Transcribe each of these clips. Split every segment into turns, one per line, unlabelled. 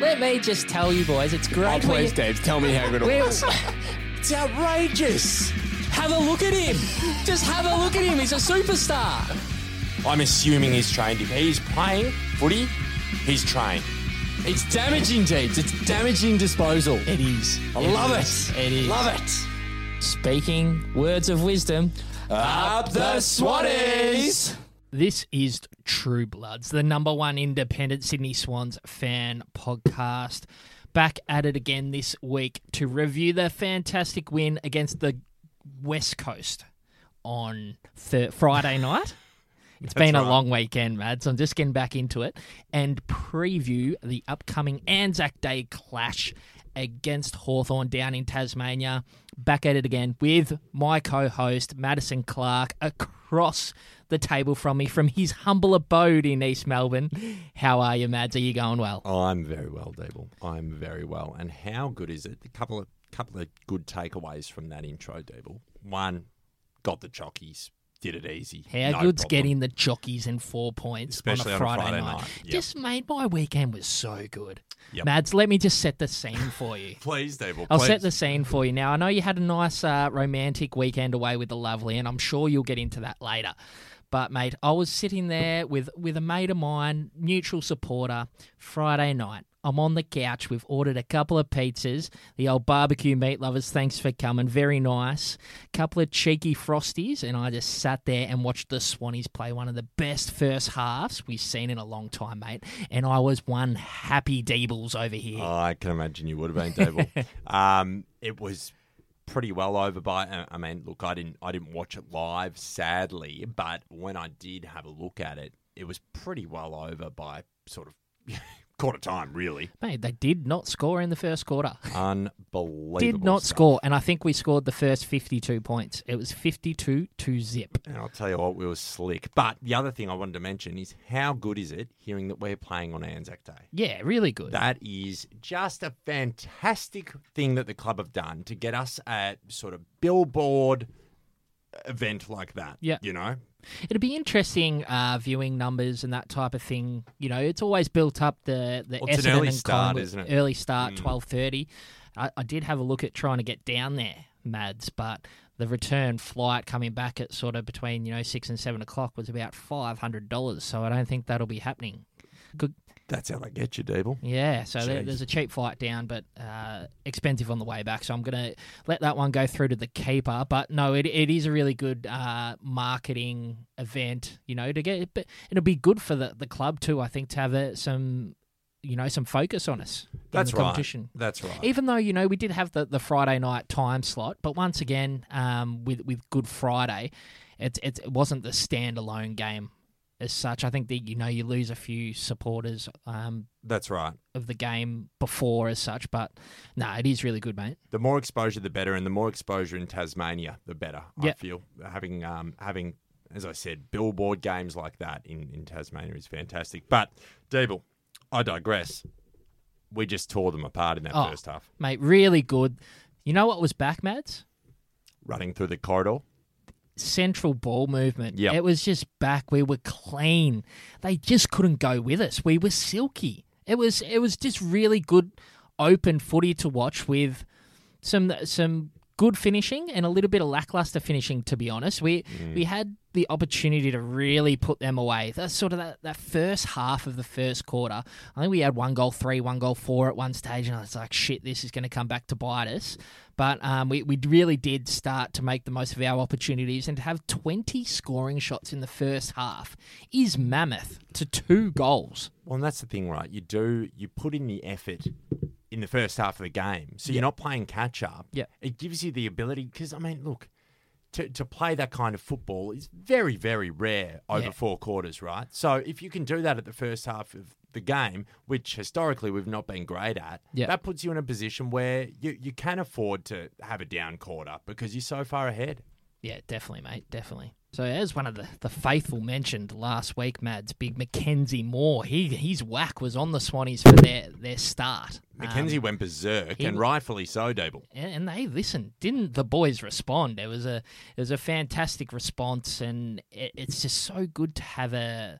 Let me just tell you, boys, it's great.
Oh,
when
please,
you-
Dave, tell me how good it
Where-
was. It's outrageous.
Have a look at him. Just have a look at him. He's a superstar.
I'm assuming he's trained. If he's playing footy, he's trained.
It's damaging, Jeeves. It's damaging disposal.
It is.
I love it.
It is.
Love it.
Speaking words of wisdom.
Up the Swatties.
This is True Bloods, the number one independent Sydney Swans fan podcast. Back at it again this week to review the fantastic win against the West Coast on th- Friday night. It's been a long weekend, Mads. I'm just getting back into it and preview the upcoming Anzac Day clash against Hawthorn down in Tasmania. Back at it again with my co host, Madison Clark, across the table from me from his humble abode in East Melbourne. How are you, Mads? Are you going well?
Oh, I'm very well, Dable. I'm very well. And how good is it? A couple of couple of good takeaways from that intro, Dable. One, got the chockies, did it easy.
How
no
good's
problem.
getting the jockeys and four points
Especially
on a Friday, night?
Yep.
Just made my weekend was so good.
Yep.
Mads, let me just set the scene for you.
Please, Dable.
I'll
please.
set the scene for you now. I know you had a nice uh, romantic weekend away with the lovely, and I'm sure you'll get into that later. But mate, I was sitting there with with a mate of mine, neutral supporter, Friday night. I'm on the couch. We've ordered a couple of pizzas. The old barbecue meat lovers, thanks for coming. Very nice. Couple of cheeky frosties, and I just sat there and watched the Swannies play one of the best first halves we've seen in a long time, mate. And I was one happy Deebles over here.
Oh, I can imagine you would have been, Dable. um, it was pretty well over by. uh, I- I mean, look, I didn't, I didn't watch it live, sadly, but when I did have a look at it, it was pretty well over by sort of quarter time, really.
Mate, they did not score in the first quarter.
Unbelievable.
Did not
stuff.
score, and I think we scored the first 52 points. It was 52 to zip.
And I'll tell you what, we were slick. But the other thing I wanted to mention is how good is it hearing that we're playing on Anzac Day?
Yeah, really good.
That is just a fantastic thing that the club have done to get us a sort of billboard event like that.
Yeah.
You know?
It'd be interesting uh, viewing numbers and that type of thing. You know, it's always built up the the
Well, it's an
Essendon
early
and
start,
Collingwood-
isn't it? Hmm.
Early start, twelve thirty. I, I did have a look at trying to get down there, Mads, but the return flight coming back at sort of between you know six and seven o'clock was about five hundred dollars. So I don't think that'll be happening. Good,
That's how they get you, Deeble.
Yeah, so there,
Jeez.
there's a cheap flight down, but uh, expensive on the way back. So I'm going to let that one go through to the keeper. But no, it, it is a really good uh, marketing event, you know, to get. But it'll be good for the, the club too, I think, to have uh some, you know, some focus on us. in
That's
the
right.
competition.
That's right.
Even though you know we did have the, the Friday night time slot, but once again, um, with with Good Friday, it, it it wasn't the standalone game as such. I think that you know you lose a few supporters. Um,
That's right.
of the game before as such, but no, it is really good, mate.
The more exposure, the better, and the more exposure in Tasmania, the better. I
Yeah.
feel having um, having, as I said, billboard games like that in, in Tasmania is fantastic. But Deeble, I digress. We just tore them apart in that
Oh.
first half,
Mate, really good. You know what was back, Mads?
running through the corridor.
Central ball movement.
Yep.
It was just back. We were clean. They just couldn't go with us. We were silky. It was it was just really good open footy to watch with some some good finishing and a little bit of lackluster finishing to be honest. We we had the opportunity to really put them away. That's sort of that, that first half of the first quarter. I think we had one goal three, one goal four at one stage, and I was like, shit, this is going to come back to bite us. But um, we, we really did start to make the most of our opportunities, and to have 20 scoring shots in the first half is mammoth to two goals.
Well, and that's the thing, right? You do you put in the effort in the first half of the game, so you're not playing catch up.
Yeah.
it gives you the ability because I mean, look, to to play that kind of football is very very rare over
Yeah.
four quarters, right? So if you can do that at the first half of the game, which historically we've not been great at,
Yeah.
that puts you in a position where you you can afford to have a down quarter because you're so far ahead.
Yeah, definitely, mate. Definitely. So as one of the, the faithful mentioned last week, Mads, big Mackenzie Moore, he his whack was on the Swannies for their, their start. Um,
Mackenzie went berserk,
he-
and rightfully so, Dable.
and, and they listened. Didn't the boys respond? It was a it was a fantastic response, and it, it's just so good to have a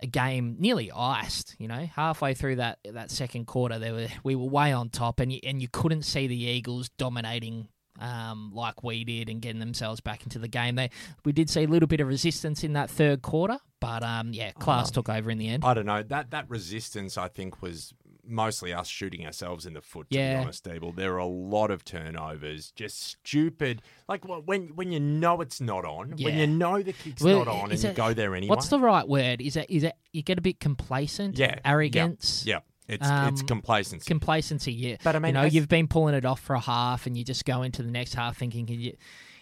a game nearly iced. You know, halfway through that that second quarter, they were we were way on top, and you, and you couldn't see the Eagles dominating. Um, like we did, and getting themselves back into the game. They we did see a little bit of resistance in that third quarter, but um, yeah, class took over in the end.
I don't know. That that resistance, I think, was mostly us shooting ourselves in the foot. To
Yeah.
be honest, Abel, there are a lot of turnovers, just stupid. Like wh- when when you know it's not on, when
Yeah.
you know the kick's
Well,
not on, and
is
you
it-
go there anyway.
What's the right word? Is it is it you get a bit complacent?
yeah
arrogance.
Yeah, yeah. it's it's
Um,
complacency.
complacency. Yeah,
But I mean,
you know,
as-
you've been pulling it off for a half, and you just go into the next half thinking, "Can you-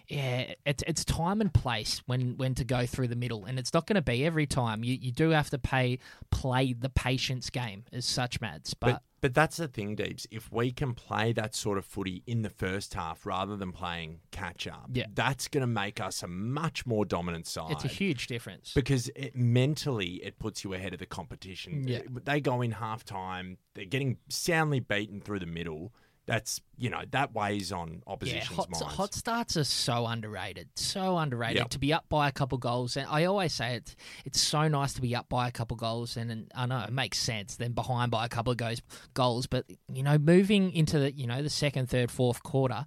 yeah, it's it's time and place when when to go through the middle, and it's not going to be every time. You you do have to pay play the patience game as such, Mads. But,
But but that's the thing, Deeps. If we can play that sort of footy in the first half rather than playing catch up,
Yeah.
that's going to make us a much more dominant side.
it's a huge difference.
because it mentally it puts you ahead of the competition.
Yeah.
They go in half time, they're getting soundly beaten through the middle. That's you know that weighs on
yeah,
opposition's
hot,
minds.
hot starts are so underrated, so underrated.
Yep.
To be up by a couple goals, and I always say it's it's so nice to be up by a couple goals, and, and I know it makes sense. Then behind by a couple of goals, goals, but you know, moving into the you know the second, third, fourth quarter,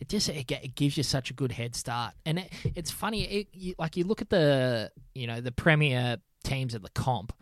it just it, ge- it gives you such a good head start, and it, it's funny. It, you, like you look at the you know the premier teams at the comp,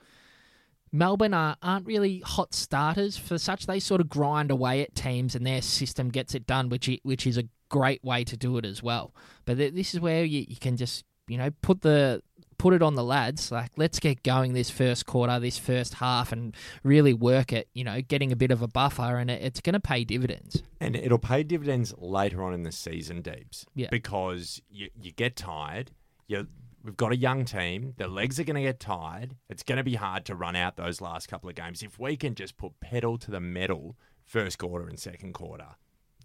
Melbourne are, aren't really hot starters for such. They sort of grind away at teams, and their system gets it done, which i which is a great way to do it as well. But th- this is where you, you can just you know put the put it on the lads. Like let's get going this first quarter, this first half, and really work it. You know, getting a bit of a buffer, and it, it's going to pay dividends.
and it'll pay dividends later on in the season, Deeps.
Yeah.
Because you, you get tired. You we've got a young team. Their legs are going to get tired. It's going to be hard to run out those last couple of games. If we can just put pedal to the metal, first quarter and second quarter,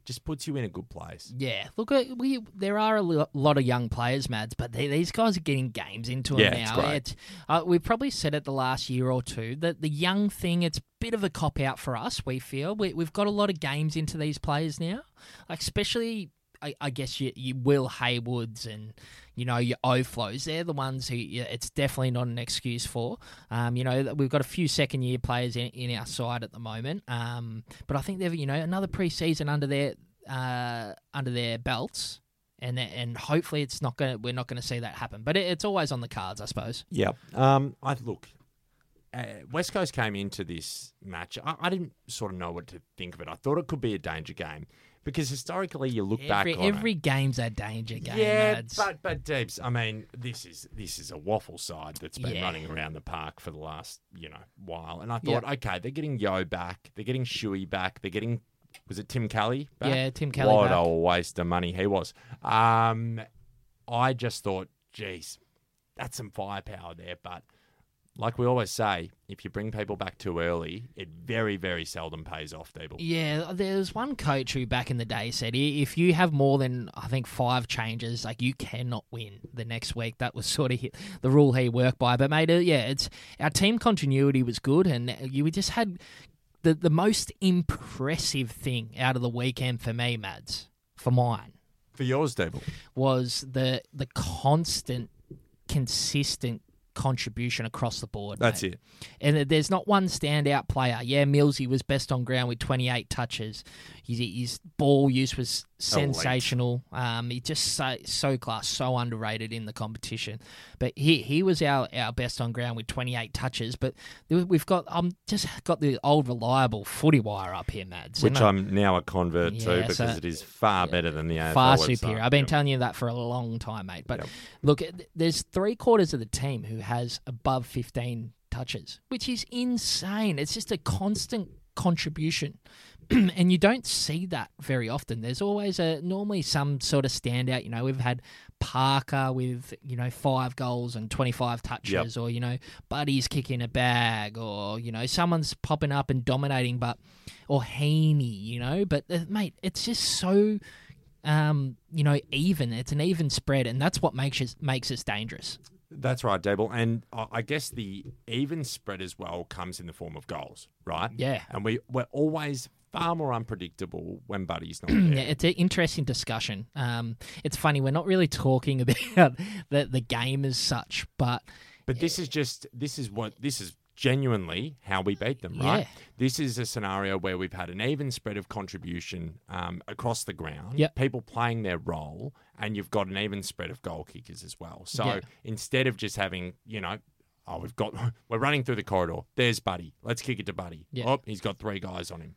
just puts you in a good place.
Yeah, look, uh, we there are a lo- lot of young players, Mads, but they, these guys are getting games into them
Yeah, it's
now.
great.
uh, we probably said it the last year or two that the young thing, it's a bit of a cop out for us. We feel we, we've got a lot of games into these players now, like especially. I, I guess you, you Will Haywoods and you know your Oflows. They're the ones who yeah, it's definitely not an excuse for. Um, you know that we've got a few second year players in, in our side at the moment. Um, but I think they've you know another preseason under their uh, under their belts, and then- and hopefully it's not gonna we're not gonna see that happen. But it, it's always on the cards, I suppose.
Yeah. Um, I look. Uh, West Coast came into this match. I, I didn't sort of know what to think of it. I thought it could be a danger game because historically, you look back
Every
on it-
every game's a danger game. uh,
yeah,
lads.
but but Deeps, I mean, this is this is a waffle side that's been
Yeah.
running around the park for the last you know while, and I thought, okay, they're getting Yo back, they're getting Shuey back, they're getting was it Tim Kelly? Back?
Yeah, Tim Kelly
What
back.
a waste of money he was. Um, I just thought, geez, that's some firepower there, but. Like we always say, if you bring people back too early, it very, very seldom pays off, people.
Yeah, there was one coach who back in the day said, "I- if you have more than, I think, five changes, like you cannot win the next week. That was sort of hi- the rule he worked by. But, mate, uh, yeah, it's our team continuity was good, and uh, you we just had the, the most impressive thing out of the weekend for me, Mads, for mine,
For yours, Dable.
was the the constant, consistent contribution across the board.
That's
mate.
it.
And th- there's not one standout player. Yeah, Millsy was best on ground with 28 touches. His, his ball use was
Oh,
sensational. Um, he just so, so class, so underrated in the competition. But he he was our, our best on ground with 28 touches. But there- we've got um just got the old reliable footy wire up here, Mads.
Which
and I'm
I'm now a convert
Yeah,
to because
so-
it is far better than the AFL
Far
website.
superior. I've been
Yep.
telling you that for a long time, mate. But
Yep.
look, th- there's three quarters of the team who has above 15 touches, which is insane. It's just a constant contribution. and you don't see that very often. There's always a normally some sort of standout. You know, we've had Parker with you know five goals and 25 touches, or you know Buddy's kicking a bag, or you know someone's popping up and dominating, but or Heaney, you know. But uh, mate, it's just so um, you know, even. It's an even spread, and that's what makes us makes us dangerous.
That's right, Dable. And I I guess the even spread as well comes in the form of goals, right?
Yeah.
And we, we're always far more unpredictable when Buddy's not there.
Yeah, it's an interesting discussion. Um, it's funny we're not really talking about the the game as such, but.
But this is just this is what this is genuinely how we beat them, right?
Yeah.
This is a scenario where we've had an even spread of contribution um, across the ground,
Yep.
people playing their role, and you've got an even spread of goal kickers as well. So
Yeah.
instead of just having, you know, oh, we've got we're running through the corridor. There's Buddy. Let's kick it to Buddy.
Yeah.
Oh, he's got three guys on him.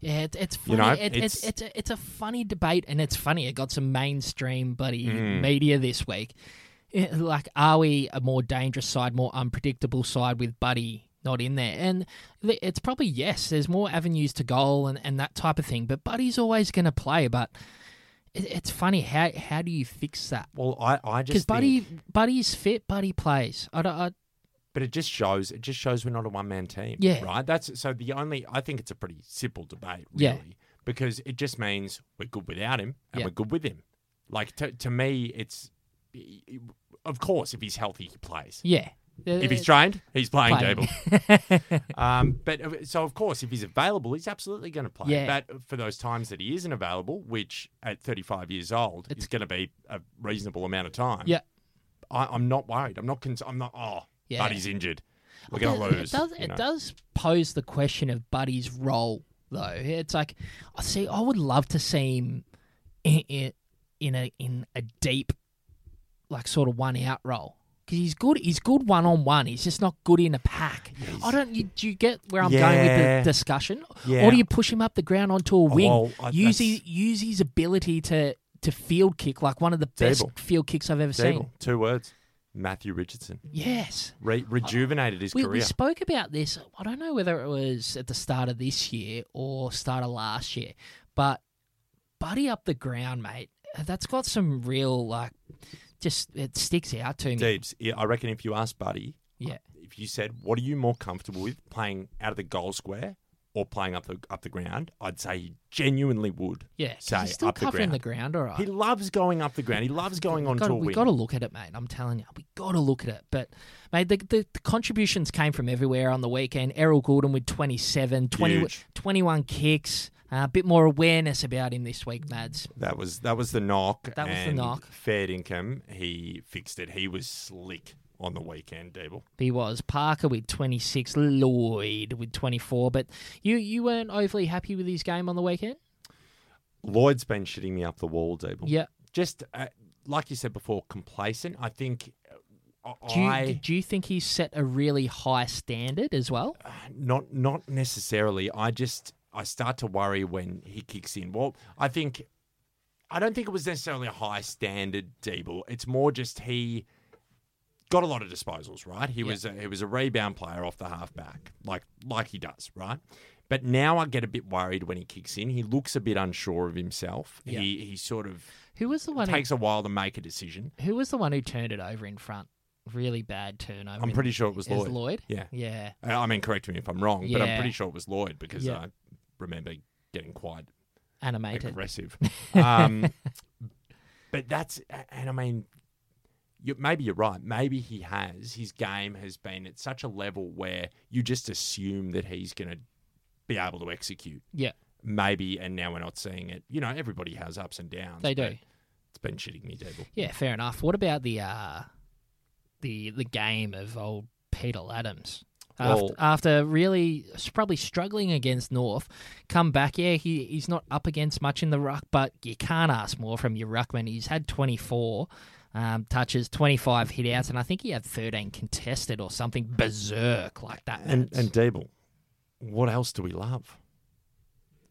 Yeah, it, it's funny.
You know,
it, it's
it's-
it's a, it's a funny debate, and it's funny. It got some mainstream buddy
Hmm.
media this week. Yeah, Like, are we a more dangerous side, more unpredictable side with Buddy not in there? And th- it's probably yes. There's more avenues to goal and, and that type of thing. But Buddy's always going to play. But it, it's funny how how do you fix that?
Well, I, I
Because
just
Buddy
think-
Buddy's fit, Buddy plays. I, don't- I
But it just shows it just shows we're not a one man team.
Yeah.
Right? That's so the only I think it's a pretty simple debate, really.
Yeah.
Because it just means we're good without him and
Yeah.
we're good with him. Like to to me it's of course if he's healthy he plays.
yeah.
If he's trained, he's playing
Playing.
table. um, but uh, so of course, if he's available, he's absolutely going to play.
Yeah.
But for those times that he isn't available, which at 35 years old
It's-
is going to be a reasonable amount of time,
yeah.
I, I'm not worried. I'm not. Cons- I'm not. Oh,
Yeah.
Buddy's injured. We're gonna
It-
lose.
It does,
you
it
know.
does pose the question of Buddy's role, though. It's like, I see, I would love to see him in, in, in a in a deep, like sort of one out role because he's good. He's good one on one. He's just not good in a pack. I don't. You, do you get where I'm going with
Yeah.
the discussion,
Yeah. Oh,
or do you push him up the ground onto a wing?
well, I-
use
that's-
his use his ability to. To field kick like one of the best
Dable.
field kicks I've ever seen.
Table. Two words. Matthew Richardson
Yes,
Re- rejuvenated his
we,
career.
we spoke about this. I don't know whether it was at the start of this year or start of last year, but buddy up the ground, mate. That's got some real like, just it sticks out to me.
Deebs, yeah, I reckon if you asked Buddy,
Yeah,
if you said, "What are you more comfortable with, playing out of the goal square or playing up the up the ground?" I'd say he genuinely would.
yeah. 'cause
say
he's still
up the
covering
ground.
the ground, all right.
He loves going up the ground. He loves going on
Gotta-
to a
we
wing.
got to look at it, mate. I'm telling you, we got to look at it. But mate, the, the, the contributions came from everywhere on the weekend. Errol Gordon with 27, 20,
Huge.
21 kicks. Uh, a bit more awareness about him this week, Mads.
That was that was the knock.
That was the
and
knock.
Fair income. He fixed it. He was slick on the weekend, Deeble.
He was Parker with 26, Lloyd with 24. But you you weren't overly happy with his game on the weekend.
Lloyd's been shitting me up the wall, Deeble.
Yeah.
Just uh, like you said before, complacent. I think uh,
Do you,
I
do you think he set a really high standard as well?
Uh, not not necessarily. I just I start to worry when he kicks in. Well, I think I don't think it was necessarily a high standard Deeble. It's more just he got a lot of disposals, right? He was a, he was a rebound player off the halfback, like like he does, right? But now I get a bit worried when he kicks in. He looks a bit unsure of himself. He he sort of
Who was the one? Who,
takes a while to make a decision.
who was the one who turned it over in front? Really bad turnover.
I'm
in-
pretty sure it was
it was
Lloyd.
Lloyd?
Yeah.
Yeah.
Uh, I mean, correct me if I'm wrong, but I'm
Yeah.
pretty sure it was Lloyd because
Yeah.
I remember getting quite
Animated.
aggressive. um, but that's and I mean, you, maybe you're right. Maybe he has his game has been at such a level where you just assume that he's going to be able to execute.
Yeah.
Maybe, and now we're not seeing it. You know, everybody has ups and downs.
They
but
do.
It's been shitting me, Devil.
Yeah, fair enough. What about the uh, the the game of old Peter Adams? After,
Well-
after really s- probably struggling against North, come back. Yeah, he, he's not up against much in the ruck, but you can't ask more from your ruckman. He's had 24 um, touches, 25 hit outs, and I think he had 13 contested or something berserk like that.
And
Mads.
and Dable, what else do we love?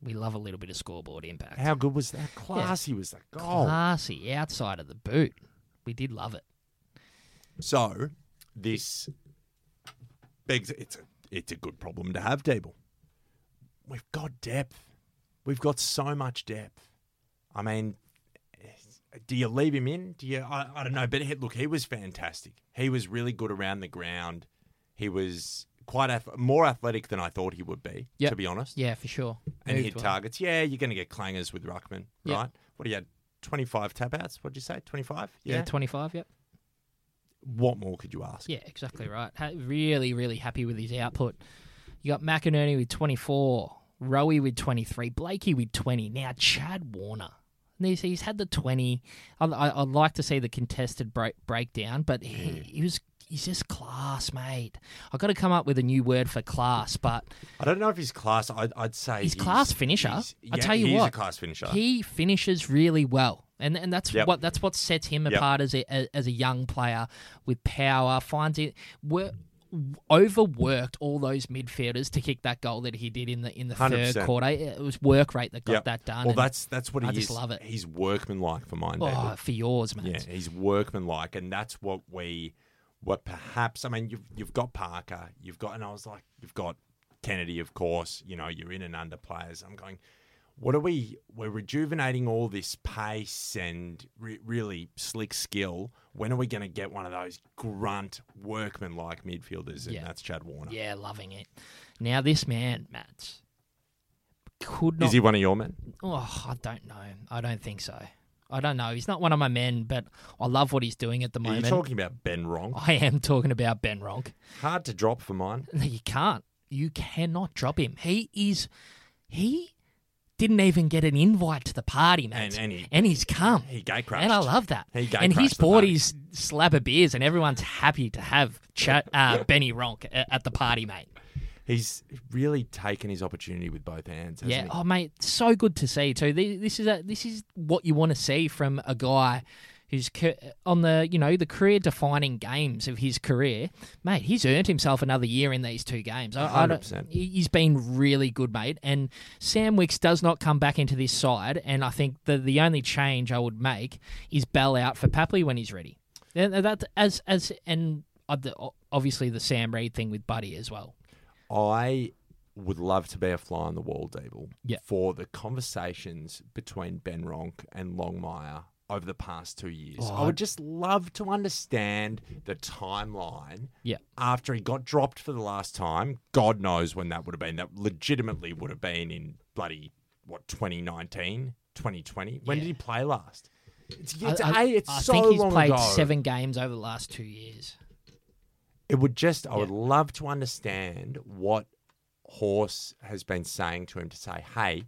we love a little bit of scoreboard impact.
How good was that? Classy was that goal.
Classy outside of the boot. We did love it.
So this begs it's a it's a good problem to have, Deeble. We've got depth. We've got so much depth. I mean, do you leave him in? Do you? I, I don't know. But he- look, he was fantastic. He was really good around the ground. He was quite ath- more athletic than I thought he would be.
Yep.
To be honest,
Yeah, for sure.
and
Moved
hit
well.
targets. Yeah, you're going to get clangers with Ruckman,
Yep.
right? What do you had? Twenty five tap outs. What did you say? Twenty five.
Yeah, 25, yep.
what more could you ask?
Yeah, exactly right. Ha- really, really happy with his output. You got McInerney with 24, Rowie with 23, Blakey with 20. Now, Chad Warner. And He's, he's had the 20. I, I, I'd like to see the contested break, breakdown, but he, he was he's just class, mate. I've got to come up with a new word for class, but
I don't know if he's class. I'd, I'd say
he's, class finisher.
he's-
I
yeah,
tell you
he is
what,
a class finisher.
He finishes really well, and and that's
Yep.
what that's what sets him
Yep.
apart as a as a young player with power. Finds it wor- overworked all those midfielders to kick that goal that he did in the in the 3rd
100%.
quarter. It was work rate that got
Yep.
that done.
Well,
and-
that's that's what he
I
is.
just love it.
He's workmanlike for mine.
oh,
David.
for yours, mate.
Yeah, he's workmanlike, and that's what we, what perhaps. I mean, you've you've got Parker, you've got, and I was like, you've got Kennedy, of course. You know, you're in and under players. I'm going. What are we? We're rejuvenating all this pace and re- really slick skill. When are we going to get one of those grunt workmanlike midfielders? And
Yeah.
that's Chad Warner.
Yeah, loving it. Now this man, Matt, could not.
Is he one of your men?
Oh, I don't know. I don't think so. I don't know. He's not one of my men, but I love what he's doing at the
Are you
moment.
talking about Ben Wrong?
I am talking about Ben Ronk.
Hard to drop for mine.
No, You can't. You cannot drop him. He is. He didn't even get an invite to the party, mate.
And- and he-
he's come.
He gate crashed.
and I love that.
He gate
and he's
crashed the
bought
party.
his slab of beers, and everyone's happy to have Cha uh, Benny Ronk a- at the party, mate.
He's really taken his opportunity with both hands. Hasn't
Yeah.
he?
Oh, mate, so good to see. So th- this is a, this is what you want to see from a guy who's ca- on the you know the career defining games of his career, mate. He's earned himself another year in these two games. I, I don't-
100%.
he- he's been really good, mate. And Sam Wicks does not come back into this side, and I think the the only change I would make is Bell out for Papley when he's ready. And that as as and. uh, the- Obviously, the Sam Reid thing with Buddy as well.
I would love to be a fly on the wall, Deeble,
Yeah.
for the conversations between Ben Ronk and Longmire over the past two years.
Oh,
I would just love to understand the timeline
Yeah.
after he got dropped for the last time. God knows when that would have been. That legitimately would have been in bloody, what, 2019, 2020? When did he play last? It's, it's,
I, I-
A, it's
I
so
think he's
long
played
ago.
seven games over the last two years.
It would just, I would love to understand what Horse has been saying to him to say, hey,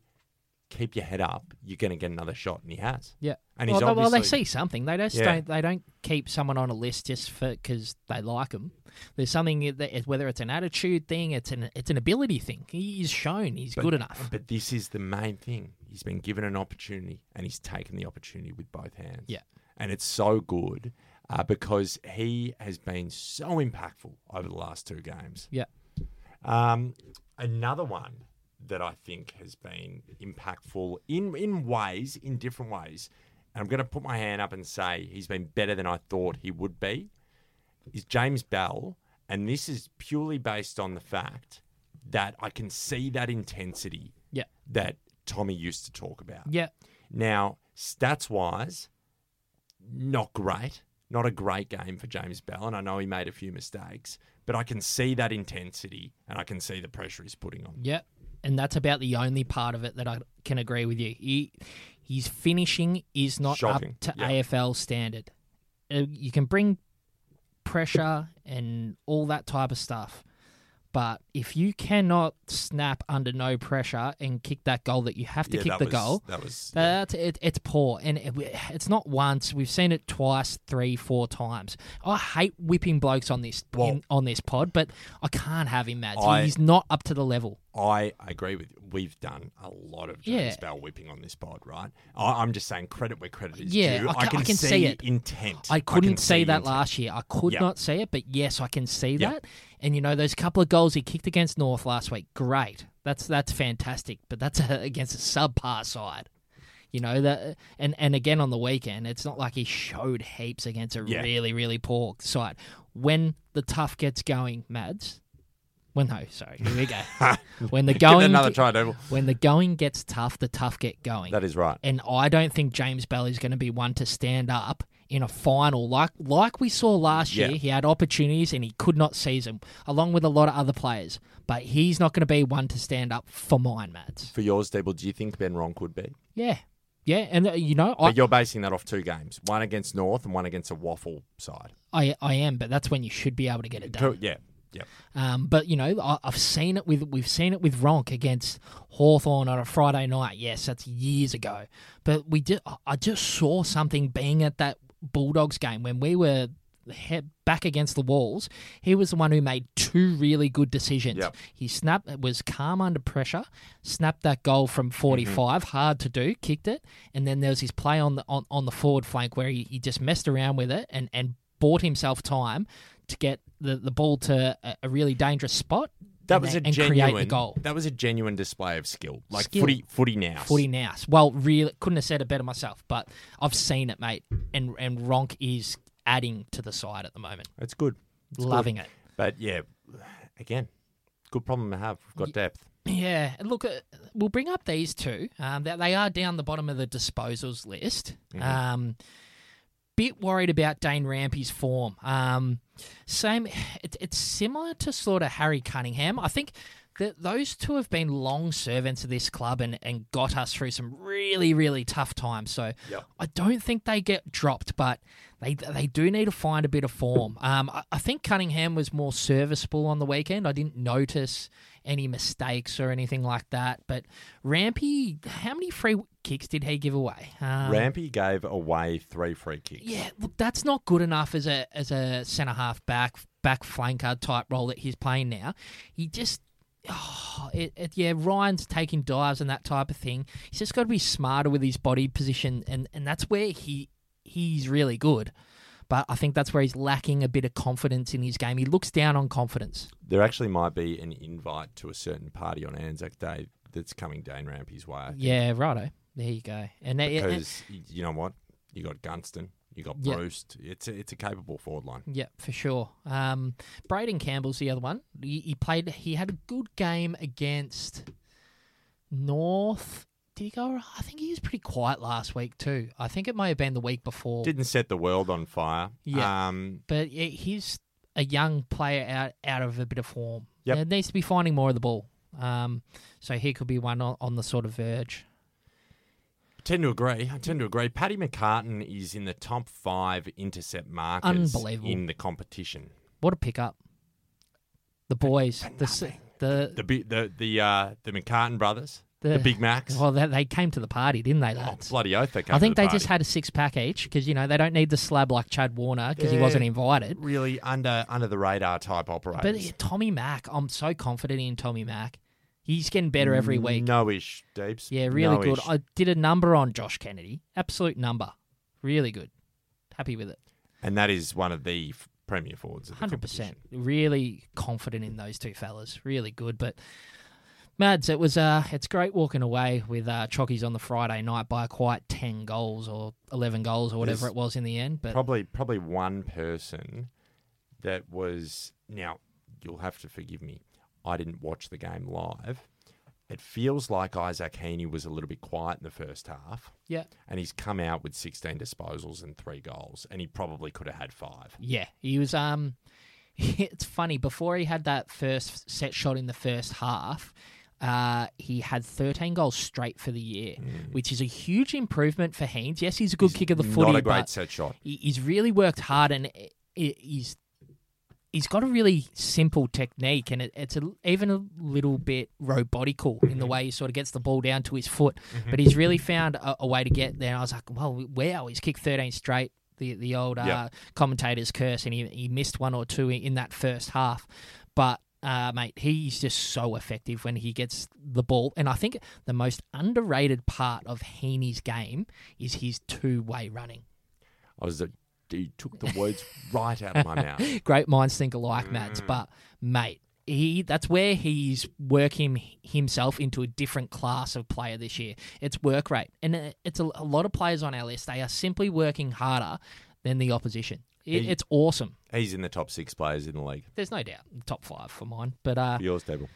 keep your head up. You're going to get another shot. And he has.
Yeah,
And
well,
he's
they- well, they
obviously-
see something. They just
Yeah.
don't. They don't keep someone on a list just for because they like them. There's something that whether it's an attitude thing, it's an it's an ability thing. He's shown he's good enough.
But this is the main thing. He's been given an opportunity and he's taken the opportunity with both hands.
Yeah.
And it's so good uh, because he has been so impactful over the last two games.
Yeah,
Um, another one that I think has been impactful in in ways, in different ways, and I'm going to put my hand up and say he's been better than I thought he would be, is James Bell, and this is purely based on the fact that I can see that intensity
yeah,
that Tommy used to talk about.
yeah.
Now, stats wise, not great. Not a great game for James Bell, and I know he made a few mistakes, but I can see that intensity and I can see the pressure he's putting on.
Yep. And that's about the only part of it that I can agree with you. He, his finishing is not
Shocking.
up to
Yeah.
AFL standard. Uh, You can bring pressure and all that type of stuff. But if you cannot snap under no pressure and kick that goal that you have to kick
that
the
was,
goal,
That was
that's it, it's poor, and it, it's not once. We've seen it twice, three, four times. I hate whipping blokes on this in,
Well-
on this pod, but I can't have him, Mads.
I-
He's not up to the level.
I agree with you. We've done a lot of James
Yeah.
Bell whipping on this pod, right? I, I'm just saying credit where credit is
Yeah,
due.
I ca- I can see it.
intent.
I
can
couldn't say
see
that
intent.
last year. I could
Yeah.
not say it, but yes, I can see
Yeah.
that. And you know those couple of goals he kicked against North last week, great. That's that's fantastic. But that's uh against a subpar side. You know that, and and again on the weekend, it's not like he showed heaps against a
Yeah.
really really poor side. When the tough gets going, Mads. When no, sorry, here we go. when the
Give it
going
another
ge-
try, Devil.
when the going gets tough, the tough get going
That is right.
and I don't think James Bell is going to be one to stand up in a final like like we saw last
Yeah.
year. He had opportunities and he could not seize them, along with a lot of other players. But he's not going to be one to stand up for mine, Mads.
For yours, Dable, do you think Ben Ronk would be?
Yeah, yeah, and uh, you know, I,
But you're basing that off two games one against North and one against a waffle side.
I I am, but that's when you should be able to get it done.
Co- Yeah. Yeah.
Um, but you know, I, I've seen it with we've seen it with Ronk against Hawthorn on a Friday night. Yes, that's years ago. But we did. I- I just saw something being at that Bulldogs game when we were head back against the walls, he was the one who made two really good decisions.
Yep.
He snapped was calm under pressure, snapped that goal from 45, hard to do, kicked it, and then there was his play on the on, on the forward flank where he, he just messed around with it and and bought himself time to get the, the ball to a, a really dangerous spot.
That
and,
was a
and
genuine
create the goal.
That was a genuine display of skill. Like
Skill.
footy, footy now.
Footy now. Well, really couldn't have said it better myself, but I've seen it, mate. And and Ronk is adding to the side at the moment.
It's good. It's good.
Loving it.
But yeah, again, good problem to have. We've got depth.
Yeah, and look, uh, we'll bring up these two. Um, that they are down the bottom of the disposals list. Um, bit worried about Dane Rampy's form. Um, same, it, it's similar to sort of Harry Cunningham. I think that those two have been long servants of this club and, and got us through some really really tough times. So I don't think they get dropped, but they they do need to find a bit of form. Um, I, I think Cunningham was more serviceable on the weekend. I didn't notice any mistakes or anything like that. But Rampy, how many free kicks did he give away? Um,
Rampy gave away three free kicks.
yeah, look, that's not good enough as a as a centre half back back flanker type role that he's playing now. He just oh, it, it, yeah, Ryan's taking dives and that type of thing. He's just got to be smarter with his body position, and and that's where he he's really good. But I think that's where he's lacking a bit of confidence in his game. He looks down on confidence.
There actually might be an invite to a certain party on Anzac Day that's coming Dane Rampy's way.
Yeah, righto. There you go. And they- and-
Because you know what? You got Gunston, you got
Yeah.
Bruce. It's a, it's a capable forward line.
Yeah, for sure. Um, Braden Campbell's the other one. He, he played. He had a good game against North. Did he go? I think he was pretty quiet last week too. I think it may have been the week before.
Didn't set the world on fire.
Yeah.
Um,
but yeah, he's a young player out out of a bit of form.
Yep.
Yeah, needs to be finding more of the ball. Um, so he could be one on, on the sort of verge.
tend to agree. I tend to agree. Paddy McCartan is in the top five intercept markers
Unbelievable.
in the competition.
What a pickup! The boys, the s- the
The bi- the the uh, the McCartan brothers, the,
The-
Big Macs.
well, they, they came to the party, didn't they,
Oh,
lads?
bloody oath! They came
I think
to the
they
party.
just had a six pack each because you know they don't need the slab like Chad Warner because he
Yeah.
wasn't invited.
really under under the radar type operators.
But yeah, Tommy Mack, I'm so confident in Tommy Mack. He's getting better every week.
No ish, Mm. Deeps.
yeah, really
No
good.
ish.
I did a number on Josh Kennedy, absolute number, really good. Happy with it,
And that is one of the f- premier forwards. of the
hundred percent.
competition.
Really confident in those two fellas, really good. But Mads, it was uh, it's great walking away with uh, Chockies on the Friday night by quite ten goals or eleven goals or whatever
There's
it was in the end. But
Probably probably one person that was now. You'll have to forgive me. I didn't watch the game live. It feels like Isaac Heaney was a little bit quiet in the first half,
yeah,
and he's come out with 16 disposals and three goals, and he probably could have had five.
Yeah, he was. Um, it's funny. Before he had that first set shot in the first half, uh, he had 13 goals straight for the year, which is a huge improvement for Haynes. Yes, he's a good kick of the footy,
Hmm. Not a great
but
set shot.
he, he's really worked hard and i- i- he's he's got a really simple technique and it, it's a, even a little bit robotical
Mm-hmm.
in the way he sort of gets the ball down to his foot but he's really found a, a way to get there i was like well wow he's kicked 13 straight the, the old uh,
Yeah.
commentator's curse and he, he missed one or two in that first half but uh, mate, he's just so effective when he gets the ball. And I think the most underrated part of Heaney's game is his two way running.
I was a, he took the words right out of my mouth. Mm.
great minds think alike, Mads. But mate, he that's where he's working himself into a different class of player this year. It's work rate, and uh, it's a, a lot of players on our list. They are simply working harder than the opposition. It,
He-
it's awesome.
He's in the top six players in the league.
There's no doubt, top five for mine. But uh,
Yours, table.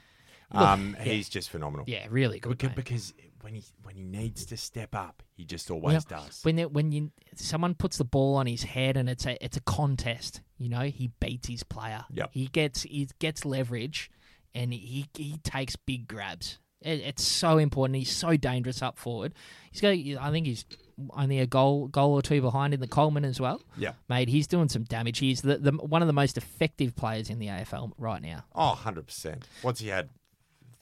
Um, he's just phenomenal.
yeah, really good.
Beca-
mate.
Because, when he when he needs to step up, he just always
Yeah.
does.
When they, when you someone puts the ball on his head and it's a it's a contest, you know, he beats his player.
Yep.
He gets he gets leverage, and he he takes big grabs. It, it's so important. He's so dangerous up forward. He's got. I think he's only a goal goal or two behind in the Coleman as well.
Yeah.
Mate, he's doing some damage. He's the, the one of the most effective players in the AFL right now.
Oh, 100%. Once he had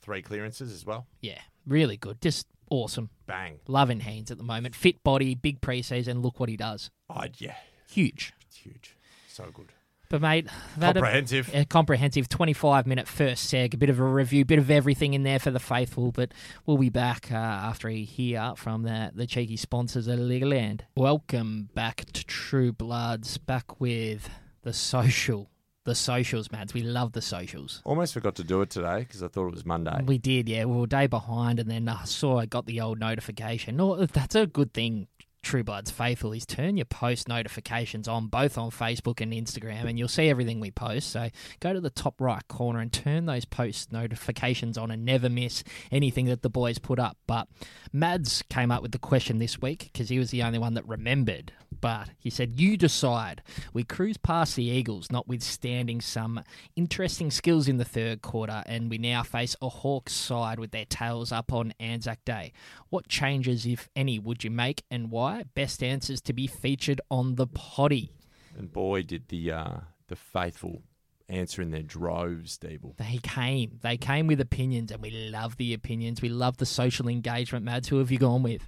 three clearances as well,
Yeah, really good. Just awesome.
bang.
Loving Haynes at the moment. Fit body, big preseason. Look what he does.
Oh, yeah.
Huge.
It's huge. so good.
But mate, that
Comprehensive.
A, comprehensive 25 minute first seg, a bit of a review, bit of everything in there for the faithful. But we'll be back uh, after we hear from the, the cheeky sponsors of Legoland. Welcome back to True Bloods, back with the social, the socials, Mads. We love the socials.
Almost forgot to do it today because I thought it was Monday.
We did, yeah. We were a day behind, and then I saw I got the old notification. No, that's a good thing. True Bloods faithful is turn your post notifications on both on Facebook and Instagram, and you'll see everything we post. So go to the top right corner and turn those post notifications on, and never miss anything that the boys put up. But Mads came up with the question this week because he was the only one that remembered. But he said, "You decide." We cruise past the Eagles, notwithstanding some interesting skills in the third quarter, and we now face a Hawks side with their tails up on Anzac Day. What changes, if any, would you make and why? Best answers to be featured on the potty.
And boy, did the uh, the faithful answer in their droves, Deeble.
They came. They came with opinions, and we love the opinions. We love the social engagement, Mads. Who have you gone with?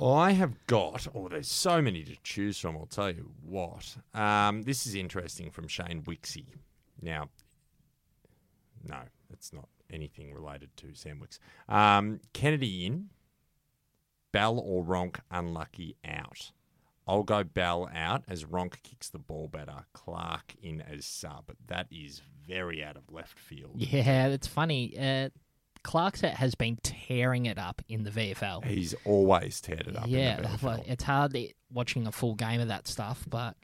I have got, oh, there's so many to choose from, I'll tell you what. Um, this is interesting from Shane Wixie. Now, no, it's not anything related to Sam Wicks. Um, Kennedy in, Bell or Ronk unlucky out. I'll go Bell out as Ronk kicks the ball better, Clark in as sub. That is very out of left field.
Yeah, that's funny. Uh, Clarkset has been tearing it up in the VFL.
He's always teared it up. in the
yeah,
VFL.
well, it's hard i- watching a full game of that stuff, but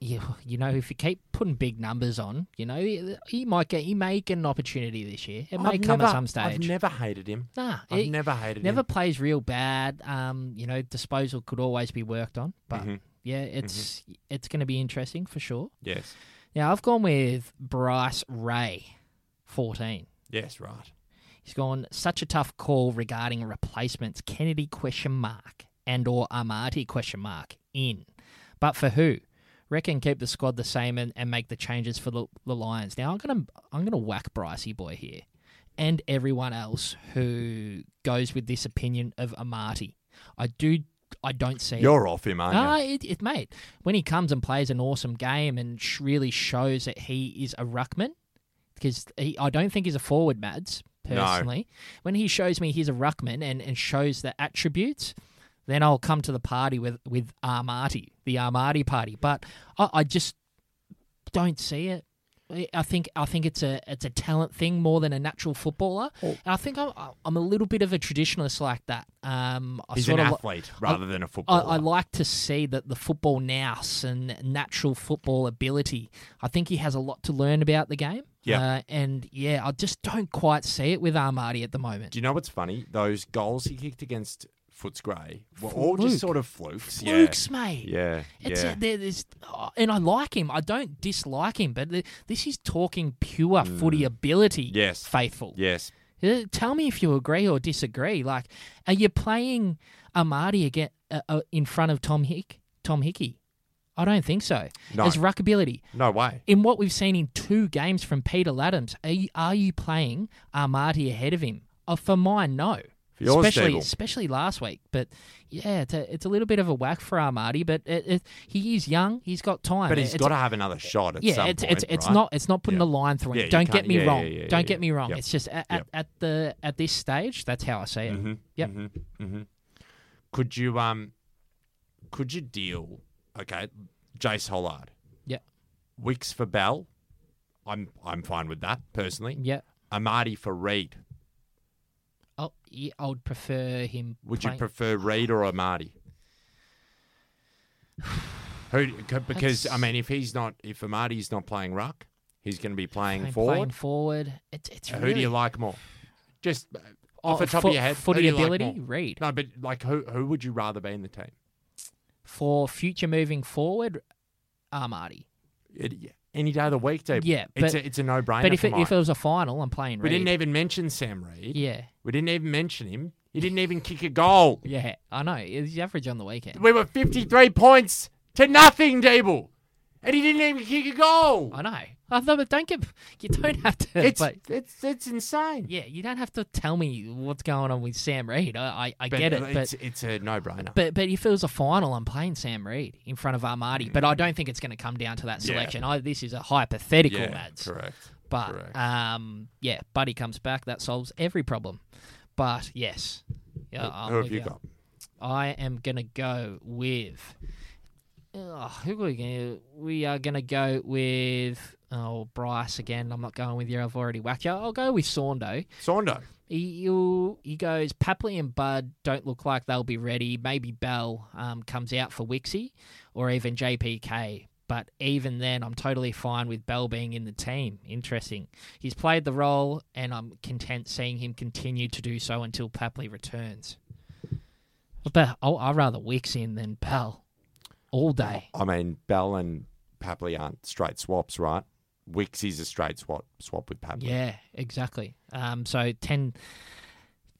you, you know, if you keep putting big numbers on, you know, he, he might get he may get an opportunity this year. It may
I've
come
never-
at some
I've
stage.
never hated him.
nah,
I've
he
never hated
never
him.
plays real bad. Um, you know, disposal could always be worked on, but
Mm-hmm.
yeah, it's it's going to be interesting for sure.
Yes.
Now, I've gone with Bryce Ray, fourteen.
Yes, right.
He's gone such a tough call regarding replacements. Kennedy question mark and or Amati question mark in. But for who? Reckon keep the squad the same and, and make the changes for the, the Lions. Now I'm gonna I'm gonna whack Brycey boy here. And everyone else who goes with this opinion of Amati. I do I don't see it.
You're off him, aren't you?
Ah, it, it, mate. When he comes and plays an awesome game and sh- really shows that he is a ruckman, because he, I don't think he's a forward, Mads.
No.
Personally, when he shows me he's a ruckman and, and shows the attributes, then I'll come to the party with with Armati, the Armati party. But I, I just don't see it. I- I think I think it's a it's a talent thing more than a natural footballer.
Oh.
And I think I'm I'm a little bit of a traditionalist like that. Um, I
He's an
sort of
athlete rather than a
I,
footballer.
I like to see that the football nous and natural football ability. I think he has a lot to learn about the game.
Yeah.
Uh, and yeah, I just don't quite see it with Armadi at the moment.
Do you know what's funny? Those goals he kicked against Footscray were all just
Fluke.
sort of flukes. Yeah.
Flukes, mate.
Yeah.
It's
yeah.
there, there's, oh, and I like him. I don't dislike him, but th this is talking pure footy ability.
Mm. Yes.
faithful.
yes.
Uh, Tell me if you agree or disagree. Like, are you playing Amadi again uh, uh, in front of Tom Hick? Tom Hickey? I don't think so.
No.
As ruckability,
No way.
in what we've seen in two games from Peter Laddams, are you, are you playing Armati ahead of him? Uh, for mine, no.
For yours,
especially,
Dable.
especially last week. But yeah, it's a, it's a little bit of a whack for Armati, but it, it, he is young. He's got time.
But
It-
he's
it's-
got to have another shot at
yeah,
some
it's
point,
it's it's
right?
not it's not putting
Yeah.
the line through.
Yeah,
him.
you
Don't
can't-
get me
yeah, yeah,
wrong.
yeah, yeah,
Don't
yeah.
get me wrong.
Yep.
It's just at,
Yep.
at, at the at this stage, that's how I see it. Yep.
Mm-hmm, Could you um, could you deal? Okay, Jace Hollard,
Yep.
Wicks for Bell. I'm I'm fine with that personally.
Yep.
Amadi for Reed.
Oh, yeah, I would prefer him.
Would
playing-
you prefer Reed or Amadi? Who? c- Because I
That's-
mean, if he's not, if Amadi's not playing ruck, he's going to be playing
playing
forward.
Playing forward. It's it's
Who
really
do you like more? Just uh, off
Oh,
the top
fo-
of your head, who
footy
do you like
ability,
more?
Reed.
No, but like, who who would you rather be in the team?
for future moving forward, Armati.
It, yeah, any day of the week, Dave.
Yeah,
it's
but-
a, it's a no brainer.
But if it, if it was a final, I'm playing
we
Reed.
didn't even mention Sam Reed.
yeah,
We didn't even mention him. He didn't even kick a goal.
yeah, I know. It was average on the weekend.
We were 53 points to nothing, Dable.
and he didn't even kick a goal.
I know. I thought, but don't get. You don't have to.
It's
but-
it's it's insane.
yeah, you don't have to tell me what's going on with Sam Reed. I I, I
But
get it,
It's,
but.
it's a no-brainer.
But, but if it was a final, I'm playing Sam Reed in front of Armadi. But I don't think it's going to come down to that
Yeah.
selection. I, this is a hypothetical,
yeah,
lads.
correct.
But
Correct.
um, yeah, Buddy comes back. That solves every problem. But yes, yeah, I'm
Who have
with
you
ya.
got?
I am gonna go with. Oh, who are we gonna? We are gonna go with. Oh, Bryce again. I'm not going with you. I've already whacked you. I'll go with Saundo.
Saundo.
He you he goes. Papley and Bud don't look like they'll be ready. Maybe Bell um, comes out for Wixie, or even JPK. But even then, I'm totally fine with Bell being in the team. Interesting. He's played the role, and I'm content seeing him continue to do so until Papley returns. But I- I'd rather Wix in than Bell all day.
I mean, Bell and Papley aren't straight swaps, right? Wicks is a straight swap swap with Papley.
Yeah, exactly. Um, so ten,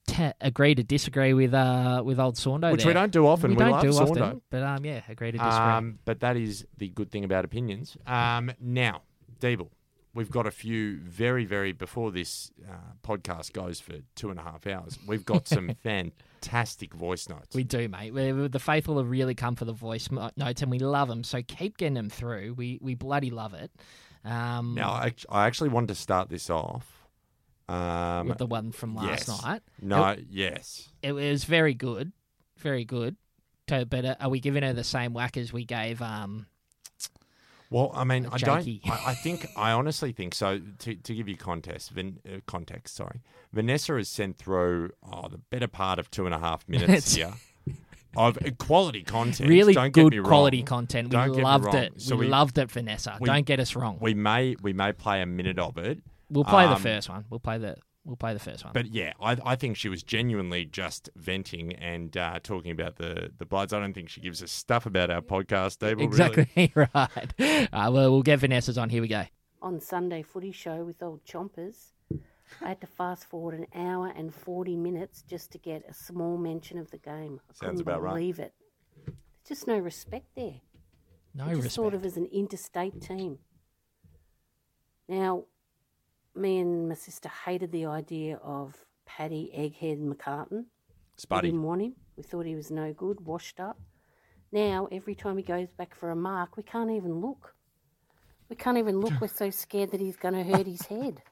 te- agree to disagree with uh with old Saundo,
Which
there.
we don't do often. We,
we don't
love
do
Saundo.
often, but um, yeah, agree to disagree.
Um, but that is the good thing about opinions. Um, now, Deeble, we've got a few very, very before this uh, podcast goes for two and a half hours. We've got some fantastic voice notes.
we do, mate. We- we- the faithful have really come for the voice mo- notes, and we love them. So keep getting them through. We we bloody love it. Um,
now, I, act- I actually wanted to start this off. Um,
with the one from last
yes.
night,
no, yes.
it was very good, very good. So, but uh, are we giving her the same whack as we gave? Um,
Well, I mean, I
Jakey.
don't. I, I think I honestly think so. To, to give you context, Van, uh, context, sorry, Vanessa has sent through oh, the better part of two and a half minutes here of quality content.
really
don't get me
good
wrong.
quality content. We
Don't get me
loved
wrong.
it.
So
we,
we-
loved it, Vanessa.
we-
Don't get us wrong. We,
We may we may play a minute of it,
will play the
um,
first one. We'll play the we'll play the first one.
but yeah, I, I think she was genuinely just venting and uh, talking about the the bloods. I don't think she gives a stuff about our podcast, Dave.
exactly right. Uh, well, we'll get Vanessa's on. Here we go.
on Sunday Footy Show with old Chompers, I had to fast forward an hour and 40 minutes just to get a small mention of the game. I
Sounds
couldn't
about right.
believe it. There's just no respect there.
No
It just
respect.
sort of as an interstate team. Now, me and my sister hated the idea of Paddy Egghead McCartan. We
Spuddy.
didn't want him. We thought he was no good, washed up. Now, every time he goes back for a mark, we can't even look. We can't even look. We're so scared that he's going to hurt his head.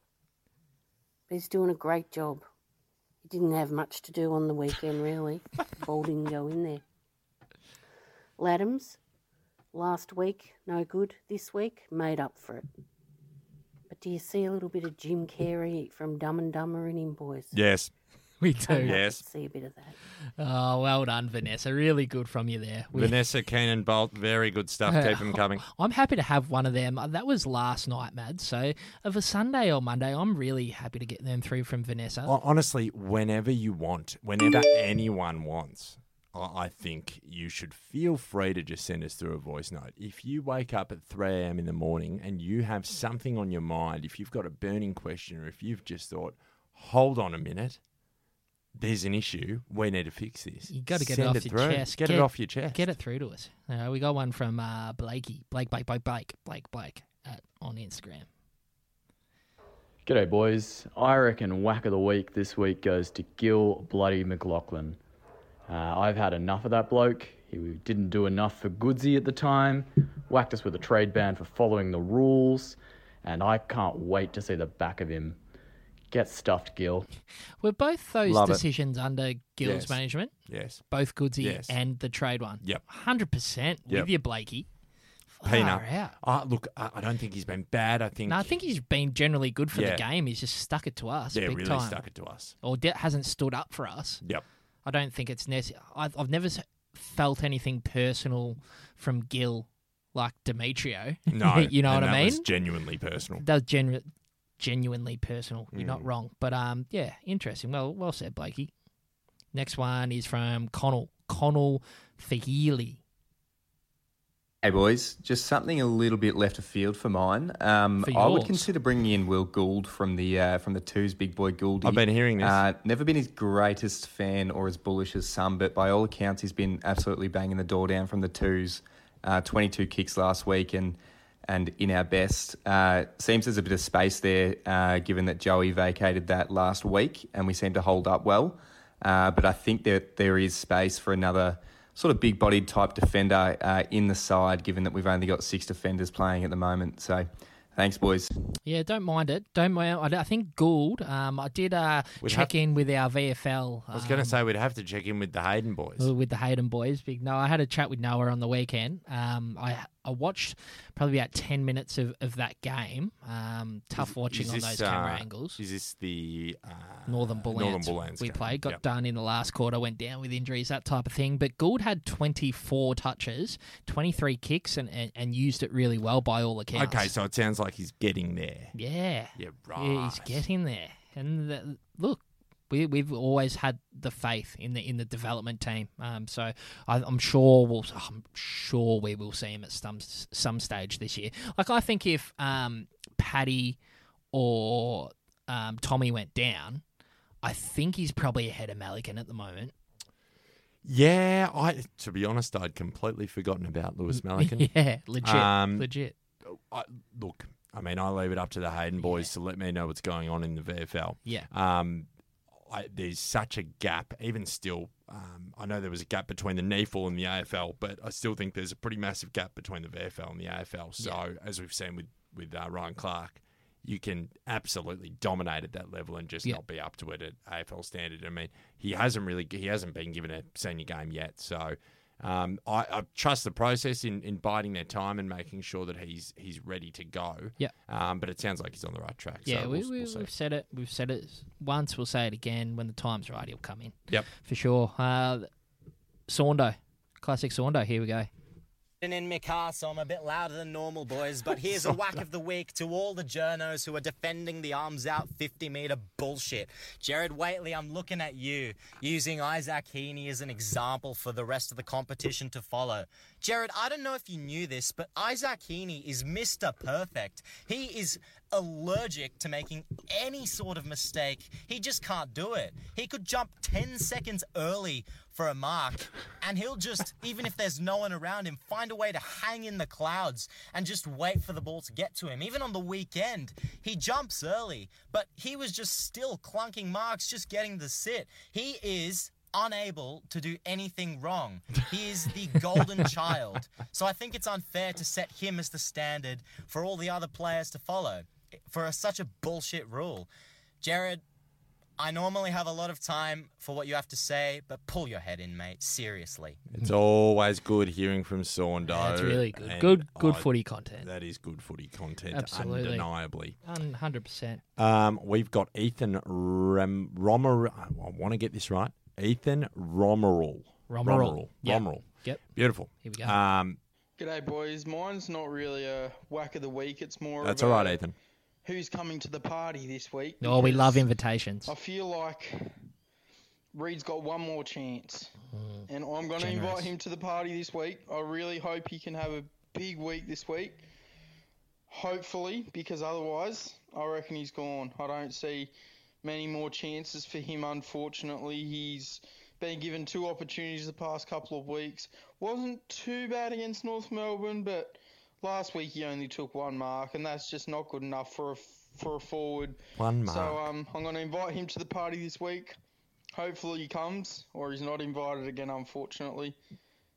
But he's doing a great job. He didn't have much to do on the weekend, really. Ball didn't go in there. Laddams, last week, no good. This week, made up for it. But do you see a little bit of Jim Carrey from Dumb and Dumber in him, boys?
Yes.
We do.
I'd love to
Yes.
See a bit of that.
Oh, well done, Vanessa. Really good from you there. We-
Vanessa Keenan Bolt, very good stuff. Keep them coming.
I'm happy to have one of them. Uh, That was last night, Mad. So of a Sunday or Monday, I'm really happy to get them through from Vanessa.
Hon- Honestly, whenever you want, whenever anyone wants, I I think you should feel free to just send us through a voice note. If you wake up at 3 a.m. in the morning and you have something on your mind, if you've got a burning question, or if you've just thought, hold on a minute, there's an issue, we need to fix this.
You got to get
Send
it off your
through.
chest.
Get, it off your chest.
Get it through to us. Uh, we got one from uh, Blakey, Blake, Blake, Blake, Blake, Blake, Blake at, on Instagram.
G'day, boys. I reckon whack of the week this week goes to Gil Bloody McLaughlin. Uh, I've had enough of that bloke. He didn't do enough for Goodsy at the time, whacked us with a trade ban for following the rules, and I can't wait to see the back of him. Get stuffed, Gil.
Were both those
Love it.
decisions under Gill's
Yes.
management?
Yes.
Both Goodsy
Yes.
and the trade one?
Yep.
100%
Yep.
with you, Blakey.
Peanut.
Far out.
Ah, look, I I don't think he's been bad. I think,
No, I think he's been generally good for
Yeah.
the game. He's just stuck it to us
yeah,
big
really
time.
stuck it to us.
or de- hasn't stood up for us.
Yep.
I don't think it's necessary. I've, I've never s- felt anything personal from Gil like Demetrio.
No.
you know
and
what I
that
mean?
was genuinely personal. Mm.
that was genu- genuinely personal. You're not wrong. But um, yeah, interesting. Well, well said, Blakey. Next one is from Connell. Connell Fahili.
Hey boys, just something a little bit left of field for mine. Um,
For
I would
yours.
consider bringing in Will Gould from the uh, from the Twos Big Boy Gouldy.
I've been hearing this.
Uh, never been his greatest fan or as bullish as some, but by all accounts, he's been absolutely banging the door down from the Twos. Uh, Twenty two kicks last week, and and in our best. Uh, seems there's a bit of space there, uh, given that Joey vacated that last week, and we seem to hold up well. Uh, but I think that there is space for another sort of big bodied type defender uh, in the side, given that we've only got six defenders playing at the moment. So thanks, boys.
Yeah, don't mind it. Don't mind. I I think Gould. Um, I did uh,
We'd
check
have-
in with our VFL.
I was going to say we'd have to check in with the Hayden boys.
um, Uh, with the Hayden boys. Big no, I had a chat with Noah on the weekend. Um, I I watched probably about ten minutes of, of that game. Um, tough watching
Is
on
this,
those camera
uh,
angles.
Is this the uh,
Northern Bull
Northern
Ants
Bull Ants
we
game.
played got
Yep.
done in the last quarter, went down with injuries, that type of thing. But Gould had 24 touches, 23 kicks, and, and, and used it really well by all accounts.
Okay, so it sounds like he's getting there.
yeah, Yeah,
Yeah, right.
he's getting there. And the, look, we, we've always had the faith in the in the development team. Um, so I, I'm sure we'll I'm sure we will see him at some some stage this year. Like I think if um, Paddy or um, Tommy went down, I think he's probably ahead of Malikan at the moment.
Yeah, I. To be honest, I'd completely forgotten about Lewis Malikan.
yeah, legit,
Um,
legit.
I, look, I mean, I leave it up to the Hayden boys to let me know what's going on in the VFL.
Yeah.
Um, I, there's such a gap, even still. Um, I know there was a gap between the NEFL and the AFL, but I still think there's a pretty massive gap between the VFL and the AFL. So, as we've seen with with uh, Ryan Clark, you can absolutely dominate at that level and just
Yeah.
not be up to it at AFL standard. I mean, he hasn't really he hasn't been given a senior game yet, so. Um, I, I trust the process in, in biding their time and making sure that he's he's ready to go.
Yeah.
Um, but it sounds like he's on the right track.
Yeah,
so
we,
we'll,
we,
we'll see.
we've said it. We've said it once. We'll say it again. When the time's right, he'll come in.
Yep.
for sure. Uh, Saundo, classic Saundo. Here we go.
And in my car, so I'm a bit louder than normal, boys. But here's a whack of the week to all the journos who are defending the arms out 50 metre bullshit. Jared Waitley, I'm looking at you, using Isaac Heaney as an example for the rest of the competition to follow. Jared, I don't know if you knew this, but Isaac Heaney is Mr. Perfect. He is allergic to making any sort of mistake. He just can't do it. He could jump 10 seconds early for a mark, and he'll just, even if there's no one around him, find a way to hang in the clouds and just wait for the ball to get to him. Even on the weekend, he jumps early, but he was just still clunking marks, just getting the sit. He is unable to do anything wrong. He is the golden child. So I think it's unfair to set him as the standard for all the other players to follow for a, such a bullshit rule. Jared, I normally have a lot of time for what you have to say, but pull your head in, mate. Seriously.
It's always good hearing from Saundo.
That's really good.
Oh, and
good, good
I-
footy content.
That is good footy content,
Absolutely.
undeniably.
One hundred percent.
Um, we've got Ethan Ram- Romer. I want to get this right. Ethan Romerall.
Romerall. Yeah.
Romerall.
Yep.
Beautiful.
Here we go.
Um,
G'day, boys. Mine's not really a whack of the week. It's more
that's all
of
right,
a
Ethan.
who's coming to the party this week.
Oh, we
because
love invitations.
I feel like Reed's got one more chance, and I'm going to invite him to the party this week. I really hope he can have a big week this week. Hopefully, because otherwise, I reckon he's gone. I don't see many more chances for him. Unfortunately, he's been given two opportunities the past couple of weeks. wasn't too bad against North Melbourne, but last week he only took one mark, and that's just not good enough for a for a forward.
One mark.
So um, I'm going to invite him to the party this week. Hopefully he comes, or he's not invited again, unfortunately.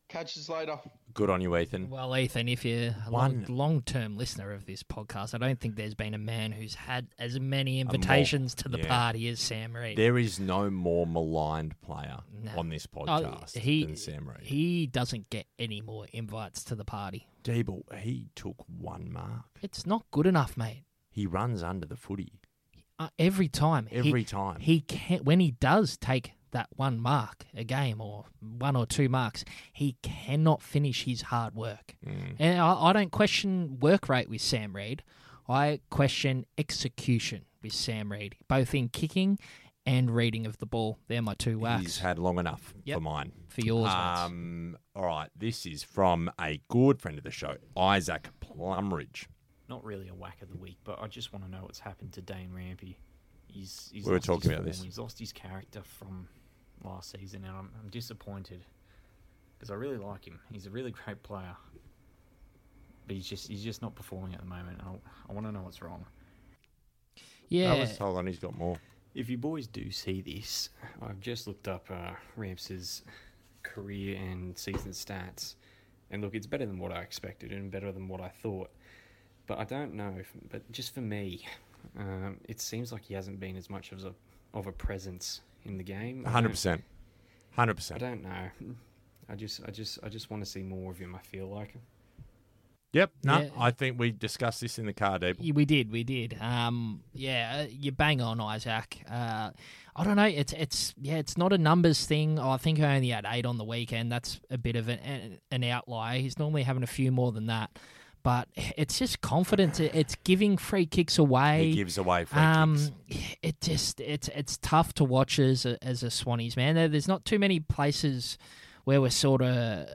Catch us later.
Good on you, Ethan.
well, Ethan, if you're a
One-
long, long-term listener of this podcast, I don't think there's been a man who's had as many invitations to the
yeah.
party as Sam Reed.
There is no more maligned player on this
Oh,
podcast than Sam Reid.
He doesn't get any more invites to the party.
Deeble, he took one mark.
It's not good enough, mate.
He runs under the footy.
Uh, every time. he-
Every time.
He can when he does take that one mark a game or one or two marks, he cannot finish his hard work.
Mm.
And I, I don't question work rate with Sam Reid. I question execution with Sam Reid, both in kicking and reading of the ball. They're my two
He's
whacks
had long enough
Yep.
for mine.
for yours. mates.
Um, all right, this is from a good friend of the show, Isaac Plumridge.
not really a whack of the week, but I just want to know what's happened to Dane Rampy. He's, he's
We were
lost
talking
his
about
form,
this.
He's lost his character from last season, and I'm, I'm disappointed because I really like him. He's a really great player, but he's just he's just not performing at the moment. I, I want to know what's wrong.
Yeah.
hold on, he's got more.
If you boys do see this, I've just looked up uh, Ramps' career and season stats, and look, it's better than what I expected and better than what I thought. But I don't know. if- But just for me, um, it seems like he hasn't been as much of a of a presence in the game. I don't-
Hundred percent. Hundred
I
percent.
don't know. I just, I just, I just want to see more of him. I feel like.
Yep. No,
Yeah.
I think we discussed this in the car, Dave.
Yeah, we did, we did. Um, yeah, uh, you bang on, Isaac. Uh, I don't know. It's it's yeah, it's not a numbers thing. Oh, I think I only had eight on the weekend. That's a bit of an an- an outlier. He's normally having a few more than that. But it's just confidence. It- It's giving free kicks away.
He gives away free
um, It just it's it's tough to watch as a, as a Swannies man. There, there's not too many places where we're sort of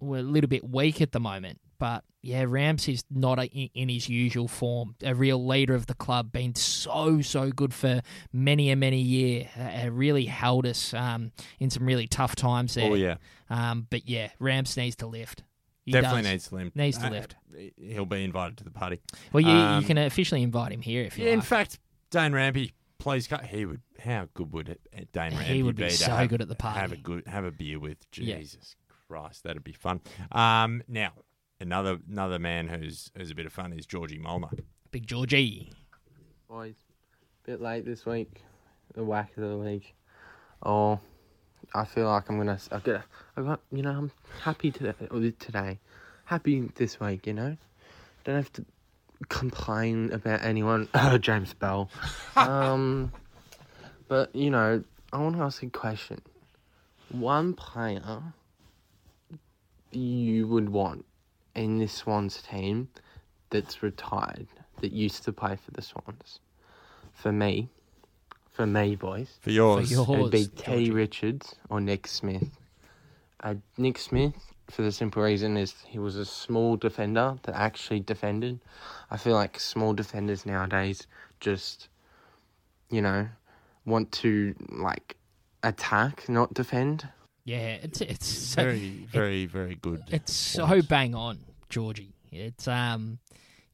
we're a little bit weak at the moment. But yeah, Rams is not a, in, in his usual form. A real leader of the club, been so so good for many and many year. Uh, uh, really held us um, in some really tough times there.
Oh, yeah.
Um, but yeah, Rams needs to lift. He
Definitely
does.
needs to lift.
Needs to
Uh,
lift.
He'll be invited to the party.
Well, you,
Um,
you can officially invite him here if you
Yeah, in
like.
fact, Dane Rampy, please cut. He would. How good would it, uh, Dane
He
Rampy
would be
to
so
have-
good at the party.
Have a good, have a beer with.
Yeah.
Jesus Christ, that'd be fun. Um, now another another man who's who's a bit of fun is Georgie Molnar.
Big Georgie.
Boys, bit late this week. The whack of the week. Oh, I feel like I'm gonna. I got. I got. You know, I'm happy today. with Today, happy this week. You know, don't have to complain about anyone. Oh, James Bell. um, but you know, I want to ask a question. One player you would want in this Swans team that's retired that used to play for the Swans. For me, for me, boys.
For yours. For
It'd be
yours,
T. Richards or Nick Smith. Uh, Nick Smith, for the simple reason, is he was a small defender that actually defended. I feel like small defenders nowadays just, you know, want to like attack, not defend.
Yeah, it's it's so,
Very, very, very good.
It's so bang on, Georgie. It's um,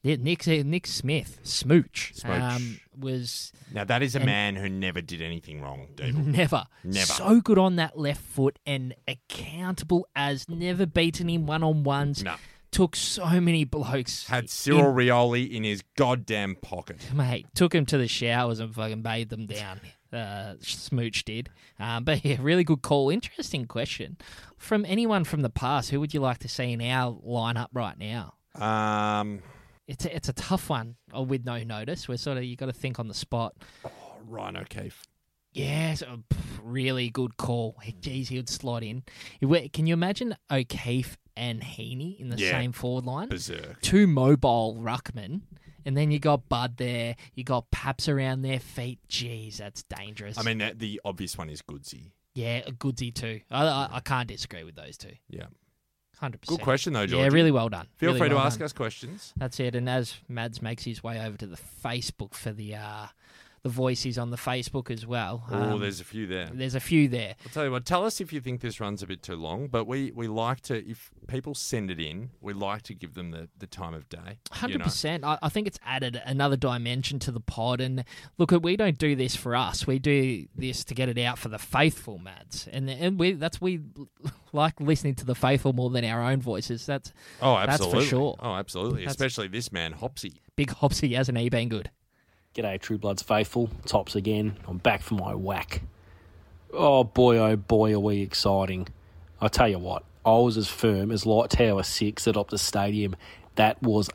yeah, Nick Nick Smith Smooch,
Smooch.
um was
Now that is a
and
man who never did anything wrong, Dave.
Never,
Never.
so good on that left foot and accountable as never beaten him one on ones.
No.
Took so many blokes.
Had Cyril Rioli in his goddamn pocket.
mate. Took him to the showers and fucking bathed them down. Uh, Smooch did. Um, but yeah, really good call. Interesting question from anyone from the past. Who would you like to see in our lineup right now?
Um,
It's a, it's a tough one uh, with no notice. We're sort of you got to think on the spot.
Oh, Ryan O'Keefe.
Yes, a p- really good call. He- Geez, he would slot in. He wa- Can you imagine O'Keefe and Heaney in the
Yeah.
same forward line?
Berserk.
Two mobile ruckmen, and then you got Bud there. You got Paps around their feet. Geez, that's dangerous.
I mean, that, the obvious one is Goodsy.
yeah, a goodsy too. I, I, I can't disagree with those two.
Yeah.
Hundred percent.
Good question though, George.
Yeah, really well done.
Feel
Really
free
well
to ask
done.
us questions.
That's it. And as Mads makes his way over to the Facebook for the uh, the voices on the Facebook as well.
Oh,
um,
there's a few there.
There's a few there.
I'll tell you what. Tell us if you think this runs a bit too long, but we, we like to if people send it in, we like to give them the, the time of day. you
Hundred
know.
percent. I, I think it's added another dimension to the pod. And look, we don't do this for us. We do this to get it out for the faithful, Mads. And and we that's we like listening to the faithful more than our own voices. That's
Oh, absolutely.
That's for sure.
Oh, absolutely.
That's-
Especially this man, Hopsy.
Big Hopsy hasn't he been good?
G'day, True Bloods faithful. Tops again. I'm back for my whack. Oh boy, oh boy, are we exciting! I tell you what, I was as firm as Light Tower Six at Optus Stadium. That was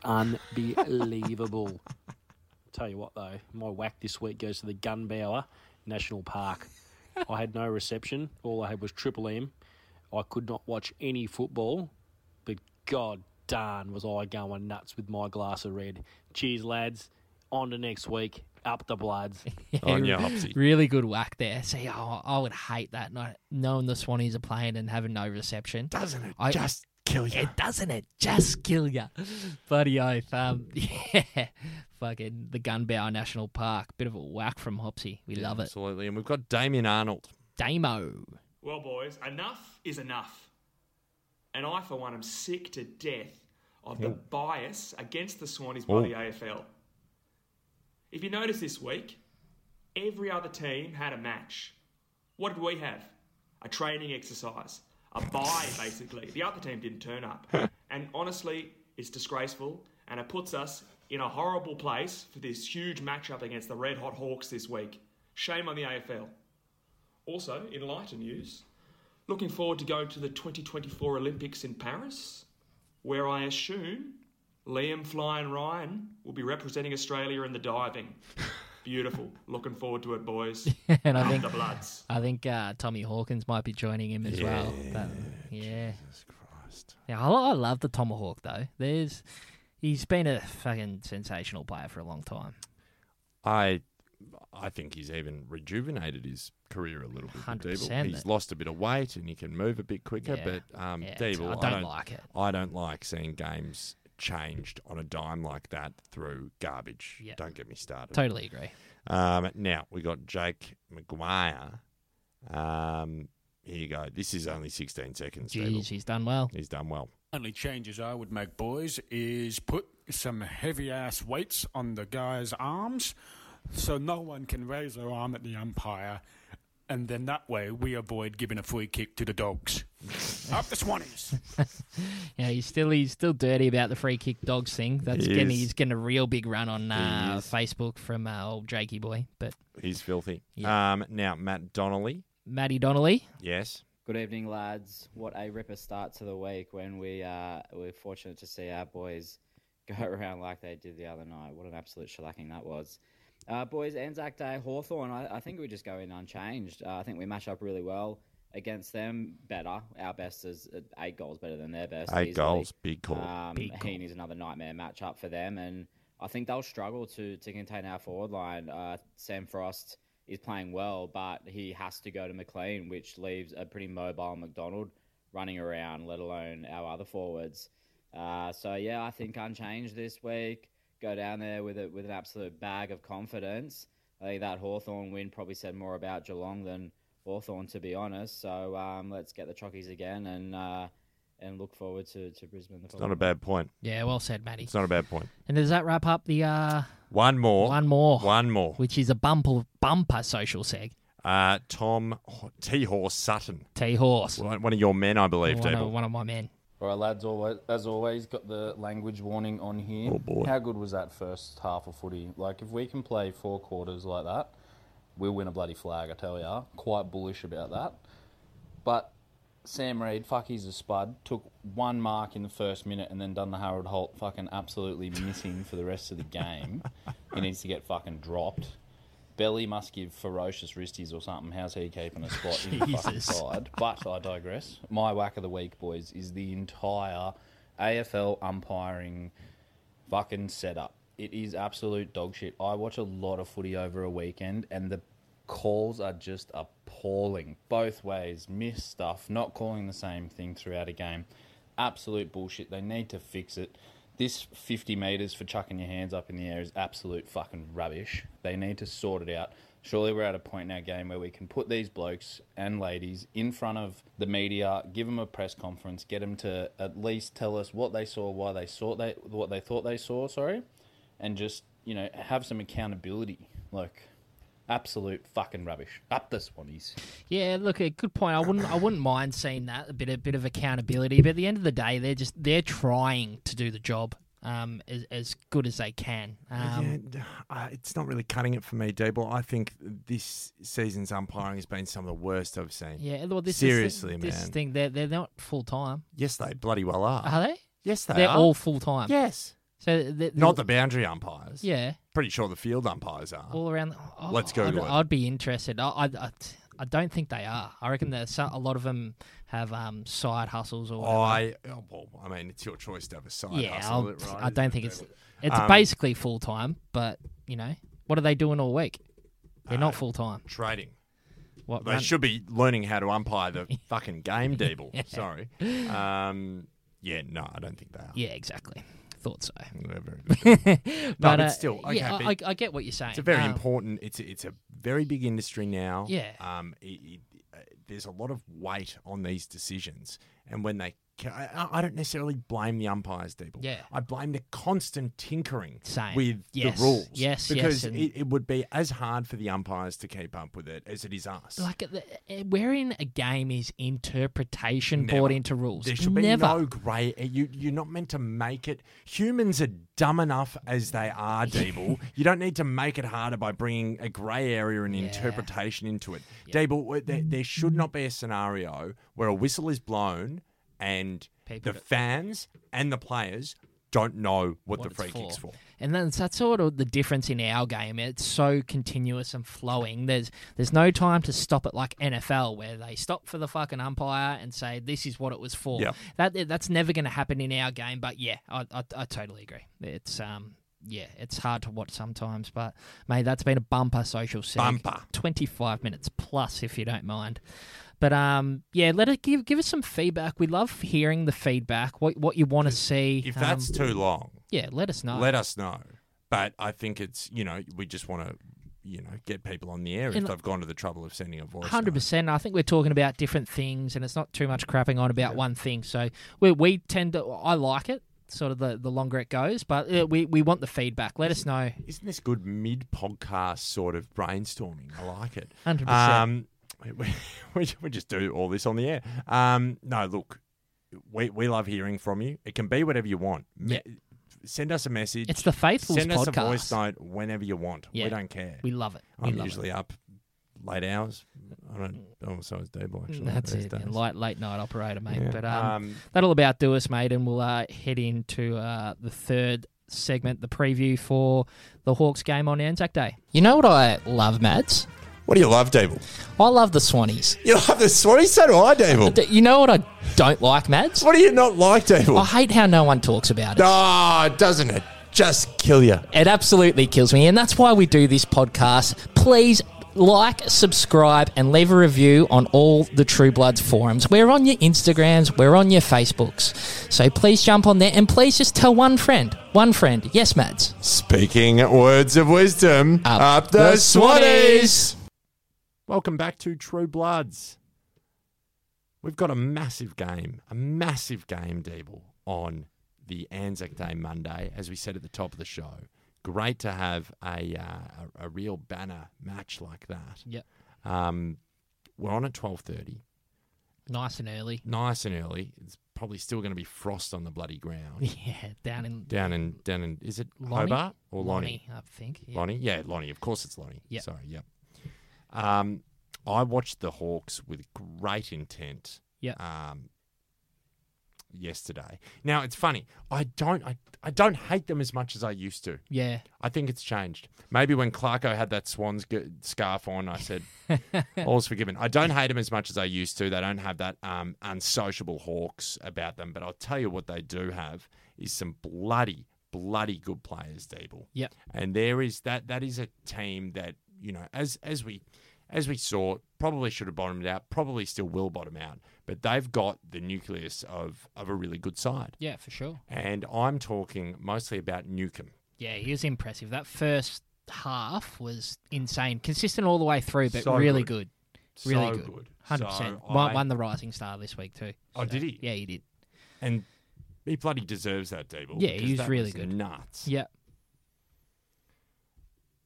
unbelievable. tell you what though, my whack this week goes to the Gunbower National Park. I had no reception. All I had was Triple M. I could not watch any football, but god darn was I going nuts with my glass of red. Cheers, lads. On to next week. Up the bloods.
Oh,
Oh, Yeah, Really good whack there. See, oh, I would hate that not knowing the Swannies are playing and having no reception. Doesn't it
just kill
you? It doesn't it just kill you, buddy oath. Um, yeah, fucking the Gunbower National Park. Bit of a whack from Hopsy. We love it.
Absolutely. And we've got Damien Arnold.
Damo.
Well, boys, enough is enough. And I, for one, am sick to death of the
Yeah.
bias against the Swanies by
Oh.
the AFL. If you notice this week, every other team had a match. What did we have? A training exercise, a bye, basically. The other team didn't turn up. And honestly, it's disgraceful, and it puts us in a horrible place for this huge matchup against the Red Hot Hawks this week. Shame on the AFL. Also, in lighter news, looking forward to going to the 2024 Olympics in Paris, where I assume Liam Flying Ryan will be representing Australia in the diving. Beautiful. Looking forward to it, boys.
and I
Up
think
the Bloods.
I think uh, Tommy Hawkins might be joining him as well.
Yeah,
That- yeah. Yeah, I, I love the tomahawk though. There's, he's been a fucking sensational player for a long time.
I I think he's even rejuvenated his career a little bit. with
100%
Deeble. He's
that-
lost a bit of weight and he can move a bit quicker,
Yeah.
but um,
Yeah, it's-
Deeble,
I don't like it.
I don't like seeing games changed on a dime like that through garbage.
Yeah.
Don't get me started.
Totally agree.
Um, now we got Jake McGuire. Um, here you go. This is only 16 seconds. Deeble.
Jeez, he's done well.
He's done well.
Only changes I would make, boys, is put some heavy ass weights on the guy's arms so no one can raise their arm at the umpire. And then that way we avoid giving a free kick to the dogs. Up the Swannies!
Yeah, he's still he's still dirty about the free kick dogs thing. That's
He
getting
is.
he's getting a real big run on
He
uh,
is.
Facebook from uh, old Jakey boy. But
He's filthy. Um, now Matt Donnelly.
Maddie Donnelly,
Yes.
Good evening, lads. What a ripper start to the week when we uh, we're fortunate to see our boys go around like they did the other night. What an absolute shellacking that was. Uh, boys, Anzac Day, Hawthorn. I, I think we just go in unchanged. Uh, I think we match up really well against them better. Our best is uh, eight goals better than their best.
Eight
easily.
goals, big call.
Um,
Big
Heaney's another nightmare matchup for them, and I think they'll struggle to to contain our forward line. Uh, Sam Frost is playing well, but he has to go to McLean, which leaves a pretty mobile McDonald running around, let alone our other forwards. Uh, so yeah, I think unchanged this week. Go down there with it with an absolute bag of confidence. I think that Hawthorn win probably said more about Geelong than Hawthorn, to be honest. So um, let's get the chockies again and uh, and look forward to, to Brisbane. The
It's not a bad point.
Yeah, well said, Matty.
It's not a bad point.
and does that wrap up the uh,
One more.
One more.
One more.
which is a bumper bumper social seg.
Uh, Tom T Horse Sutton.
T Horse.
One one of your men, I believe,
One of,
Deeble.
one of my men.
All right, lads, always, as always, got the language warning on here.
Oh, boy.
How good was that first half of footy? Like, if we can play four quarters like that, we'll win a bloody flag, I tell ya. Quite bullish about that. But Sam Reid, fuck, he's a spud. Took one mark in the first minute and then done the Harold Holt fucking absolutely missing for the rest of the game. He needs to get fucking dropped. Belly must give ferocious wristies or something. How's he keeping a spot in the fucking
Jesus.
side? But I digress. My whack of the week, boys, is the entire AFL umpiring fucking setup. It is absolute dog shit. I watch a lot of footy over a weekend, and the calls are just appalling. Both ways, miss stuff, not calling the same thing throughout a game. Absolute bullshit. They need to fix it. This 50 metres for chucking your hands up in the air is absolute fucking rubbish. They need to sort it out. Surely we're at a point in our game where we can put these blokes and ladies in front of the media, give them a press conference, get them to at least tell us what they saw, why they saw they what they thought they saw, sorry, and just you know have some accountability. Like absolute fucking rubbish. Up the Swannies.
Yeah, look, a good point. I wouldn't I wouldn't mind seeing that a bit a bit of accountability. But at the end of the day, they're just they're trying to do the job um, as as good as they can. Um,
Yeah, uh, it's not really cutting it for me, Deeble. I think this season's umpiring has been some of the worst I've seen.
yeah. well, this
seriously,
is,
man.
this thing they're they're not full time.
Yes, they bloody well are.
Are they?
Yes, they
They're
are.
all full time.
Yes.
So they
Not the boundary umpires.
Yeah.
Pretty sure the field umpires are.
all around. The, oh,
Let's go
I'd,
to it.
I'd be interested. I, I, I, I don't think they are. I reckon there's so- a lot of them have um, side hustles or. whatever.
I, oh, well, I mean, it's your choice to have a side
yeah,
hustle,
I'll-
right?
I don't think it's. It's
Um,
basically full time, but you know what are they doing all week? They're
Uh,
not full time.
Trading.
What
They
run-
should be learning how to umpire the fucking game, Deeble.
Yeah.
Sorry. Um, yeah, no, I don't think they are.
Yeah, exactly. Thought so.
Yeah, very good. no,
But,
but,
uh,
still, okay,
yeah, I-
but
I- I get what you're saying.
It's a very
Um,
important. It's a, it's a very big industry now.
Yeah.
Um, it, it, uh, there's a lot of weight on these decisions, And when they, ca- I, I don't necessarily blame the umpires, people.
Yeah.
I blame the constant tinkering
Same.
with
Yes.
the rules.
Yes, yes,
because
and-
it, it would be as hard for the umpires to keep up with it as it is us.
Like uh, uh, we're in a game is interpretation
Never.
brought into rules.
There should be
Never.
no grey. You you're not meant to make it. Humans are dumb enough as they are, Deeble. you don't need to make it harder by bringing a grey area and interpretation into it. Deeble, w- there, there should not be a scenario where a whistle is blown and
People
the
don't-
fans and the players don't know what, the
it's
free kick's for.
And that's that's sort of the difference in our game. It's so continuous and flowing. There's there's no time to stop it like NFL where they stop for the fucking umpire and say this is what it was for.
Yeah.
That that's never going to happen in our game. But yeah, I, I I totally agree. It's um. Yeah, it's hard to watch sometimes, but mate, that's been a bumper social seg.
Bumper.
twenty-five minutes plus, if you don't mind. But um, yeah, let it give give us some feedback. We love hearing the feedback. What what you want to see?
If that's too long,
Um, yeah, let us know.
Let us know. But I think it's you know we just want to you know get people on the air if
And-
they've gone to the trouble of sending a voice.
Hundred percent. I think we're talking about different things, and it's not too much crapping on about one thing. So we we tend to. I like it. Sort of the, the longer it goes, but uh, we we want the feedback. Let us know.
Isn't this good mid podcast sort of brainstorming? I like it.
100%.
Um, we- we, we, we just do all this on the air. Um, no, look, we, we love hearing from you. It can be whatever you want. Me- Send us a message.
It's the Faithfuls
Send us a voice
podcast.
note whenever you want.
Yeah.
We don't care.
We love it. We
I'm
love
usually up late hours. I don't. Oh, so is Dable actually.
Mm, That's
these
it. man.
days.
Light late night operator, mate.
Yeah.
But um,
Um,
that'll about do us, mate. And we'll uh, head into uh, the third segment, the preview for the Hawks game on Anzac Day.
You know what I love, Mads?
What do you love, Dable?
I love the Swannies.
You love the Swannies? So do I, Dable.
D- You know what I don't like, Mads?
What do you not like, Dable?
I hate how no one talks about it.
No, Ah, doesn't it just kill you?
It absolutely kills me. And that's why we do this podcast. Please like, subscribe, and leave a review on all the True Bloods forums. We're on your Instagrams, we're on your Facebooks. So please jump on there and please just tell one friend. One friend. Yes, Mads.
Speaking words of wisdom, up,
the Swannies.
Welcome back to True Bloods. We've got a massive game, a massive game, Deeble, on the Anzac Day Monday, as we said at the top of the show. Great to have a uh, a, a real banner match like that.
Yep.
Um, we're on at twelve thirty,
Nice and early.
nice and early. It's probably still going to be frost on the bloody ground.
Yeah, down in
down in down in is it
Lonnie?
Hobart or Lonnie?
Lonnie, I think, yeah.
Lonnie, yeah, Lonnie. Of course, it's Lonnie.
Yep.
Sorry, yep. Um, I watched the Hawks with great intent.
Yep.
Um, yesterday. Now it's funny. I don't. I, I don't hate them as much as I used to.
Yeah.
I think it's changed. Maybe when Clarko had that Swans g- scarf on, I said, "All's forgiven." I don't hate them as much as I used to. They don't have that um, unsociable hawks about them. But I'll tell you what they do have is some bloody, bloody good players, Deeble.
Yep.
And there is that. That is a team that you know, as as we as we saw, probably should have bottomed out. Probably still will bottom out. But they've got the nucleus of of a really good side.
Yeah, for sure.
And I'm talking mostly about Newcomb.
Yeah, he was impressive. That first half was insane. Consistent all the way through, but
So
really
good.
good.
So
Really
good.
good. 100%.
So
won,
I-
won the Rising Star this week, too.
Oh, did he?
Yeah, he did.
And he bloody deserves that, Dable.
Yeah,
because
he was
that
really good.
Nuts.
Yeah.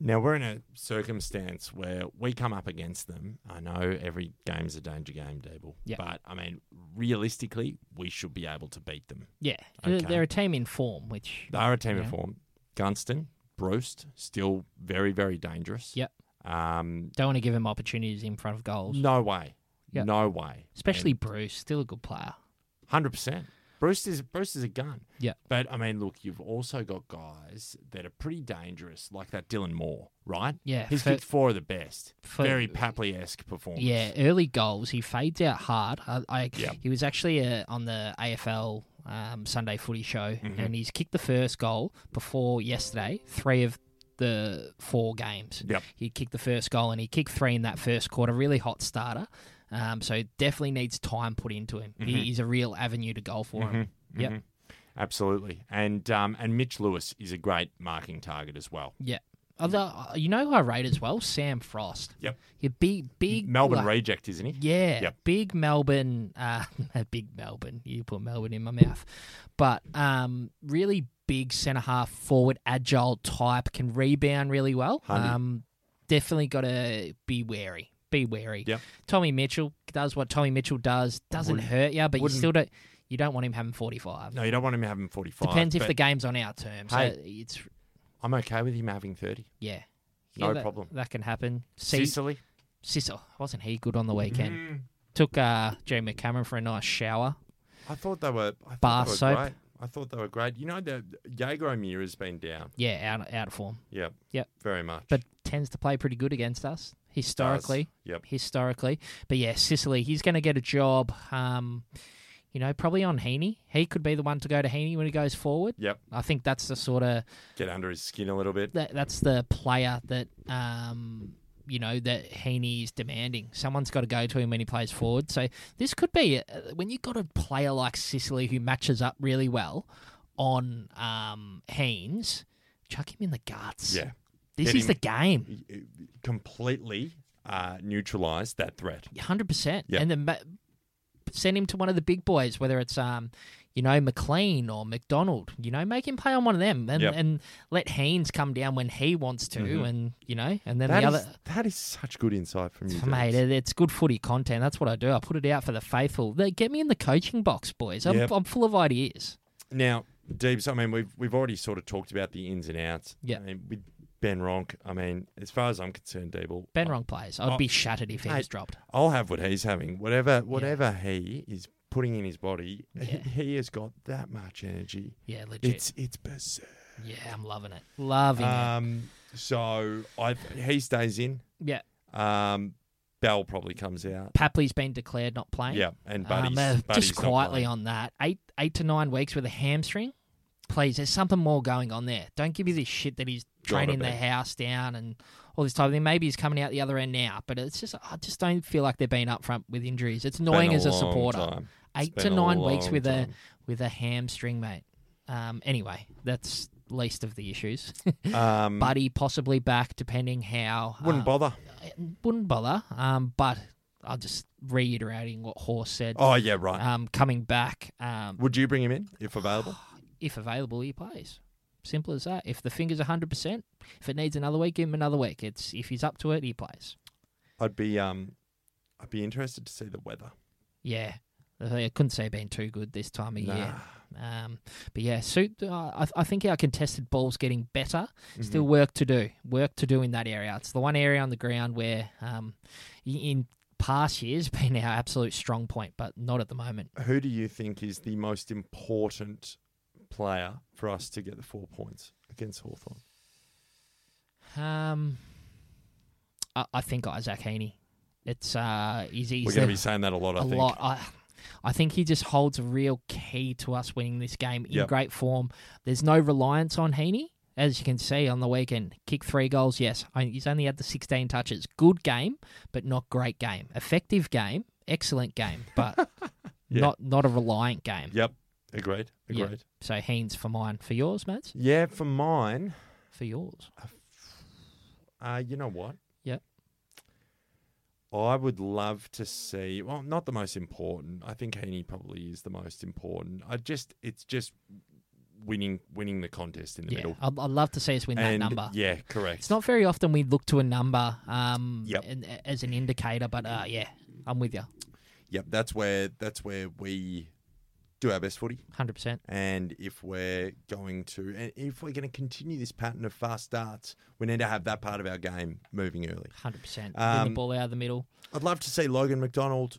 Now we're in a circumstance where we come up against them. I know every game's a danger game, Dable.
Yeah.
But I mean, realistically, we should be able to beat them.
Yeah. They're-
Okay.
They're a team in form, which.
They are a team
you
of
know,
form. Gunston, Bruce, still very, very dangerous.
Yep.
Um,
Don't want to give him opportunities in front of goals.
no way.
Yep.
No way.
Especially Bruce, still a good player.
Hundred percent. Bruce is Bruce is a gun.
Yeah.
But I mean, look, you've also got guys that are pretty dangerous, like that Dylan Moore, right?
Yeah,
He's
for-
kicked four of the best.
for-
Very Papley esque performance.
Yeah, early goals. He fades out hard. I, I
Yeah.
he was actually uh, on the AFL um, Sunday Footy Show,
Mhm.
and he's kicked the first goal before yesterday. Three of the four games.
Yep.
He kicked the first goal, and he kicked three in that first quarter. Really hot starter. Um, so definitely needs time put into him.
Mhm.
He, he's a real avenue to goal for him.
Mhm,
Mm-hmm. Yep.
mhm. Absolutely. And um, and Mitch Lewis is a great marking target as well.
Yeah. Other, you know who I rate as well? Sam Frost.
Yep.
Your big, big
Melbourne
like-
reject, isn't he?
Yeah.
Yep.
Big Melbourne. Uh, big Melbourne. You put Melbourne in my mouth, but um, really big centre half forward, agile type, can rebound really well.
Handy.
Um, definitely got to be wary. Be wary. Yeah. Tommy Mitchell does what Tommy Mitchell does. Doesn't
Wouldn't-
hurt you, but you
wouldn't-
still don't. You don't want him having forty five.
No, you don't want him having 45.
Depends if
but-
the game's on our terms.
Hey,
so it's
I'm okay with him having 30.
yeah.
No
Yeah, that-
problem.
That can happen.
Sicily.
Sicily. Wasn't he good on the weekend?
Mm.
Took uh, Jamie Cameron for a nice shower.
I thought they were, I thought
Bar
they were
soap.
great. I thought they were great. You know, the Jaeger O'Meara has been down.
Yeah, out, out of form.
Yep.
Yep.
Very much.
But tends to play pretty good against us historically.
Yep.
Historically. But yeah, Sicily, he's going to get a job, um, you know, probably on Heaney. He could be the one to go to Heaney when he goes forward.
Yep.
I think that's the sort of
Get under his skin a little bit.
that, that's the player that um, you know that Heaney is demanding. Someone's got to go to him when he plays forward. So this could be uh, when you've got a player like Sicily who matches up really well on um, Haynes, chuck him in the guts.
Yeah.
this
Get
is
him-
the game,
Completely uh, neutralize that threat.
hundred percent.
Yeah.
And then ma- send him to one of the big boys, whether it's um. You know, McLean or McDonald, you know, make him play on one of them and,
Yep.
and let Haynes come down when he wants to
Mhm.
and, you know, and then
That
the
is-
other
that is such good insight from you. James.
Mate, it, it's good footy content. That's what I do. I put it out for the faithful. They get me in the coaching box, boys. I'm,
Yep.
I'm full of ideas.
Now, Deebs, I mean, we've we've already sort of talked about the ins and outs.
Yeah.
I mean, with Ben Ronk, I mean, as far as I'm concerned, Deeble.
Ben Ronk plays. I'd
I-
be shattered if he was
Oh, Mate,
dropped.
I'll have what he's having. Whatever whatever he is putting in his body, he has got that much energy.
Yeah, legit.
It's it's berserk.
Yeah, I'm loving it. Loving it.
Um, so I he stays in.
Yeah.
Um, Bell probably comes out.
Papley's been declared not playing. Um,
Yeah, and Buddy's- Buddy's
just
not
quietly
playing.
on that eight eight to nine weeks with a hamstring. Please, there's something more going on there. Don't give me this shit that he's
Gotta
training the
be.
house down and all this type of thing. Maybe he's coming out the other end now, but it's just I just don't feel like they're being upfront with injuries. It's annoying
a
as a
long
supporter.
time. It's
Eight to
been a
nine weeks
long
with
time.
a with a hamstring, mate. Um, anyway, that's least of the issues.
Um,
Buddy possibly back, depending how.
Wouldn't
um,
bother.
Wouldn't bother. Um, but I'll just reiterating what Horse said.
Oh, yeah, right.
Um, coming back. Um,
Would you bring him in if available?
if available, he plays. Simple as that. If the finger's hundred percent, if it needs another week, give him another week. It's if he's up to it, he plays.
I'd be um, I'd be interested to see the weather.
Yeah, I couldn't say being too good this time of year. Um, but yeah, suit. Uh, I, I think our contested ball's getting better. Still
Mhm.
work to do. Work to do in that area. It's the one area on the ground where, um, i- in past years, been our absolute strong point, but not at the moment.
Who do you think is the most important player for us to get the four points against Hawthorn?
Um, I, I think Isaac Heaney. It's uh, he's, he's
We're going
the-
to be saying that a lot. I
a
think.
lot. I, I think he just holds a real key to us winning this game in
Yep.
great form. There's no reliance on Heaney, as you can see on the weekend. Kick three goals, yes. I- He's only had the 16 touches. Good game, but not great game. Effective game, excellent game, but
Yeah.
not not a reliant game.
Yep. Agreed.
Yeah.
Agreed.
So Heaney's for mine. For yours, Mads?
Yeah, for mine.
For yours.
Uh, you know what?
Yep.
I would love to see. Well, not the most important. I think Heaney probably is the most important. I just, it's just winning, winning the contest in the
Yeah.
middle.
I'd, I'd love to see us win that
And,
number.
Yeah, correct.
It's not very often we look to a number um,
Yep.
and, as an indicator, but uh, yeah, I'm with you.
Yep, that's where that's where we do our best footy.
100%.
And if we're going to, and if we're going to continue this pattern of fast starts, we need to have that part of our game moving early.
Hundred percent. Win the
Um,
ball out of the middle.
I'd love to see Logan McDonald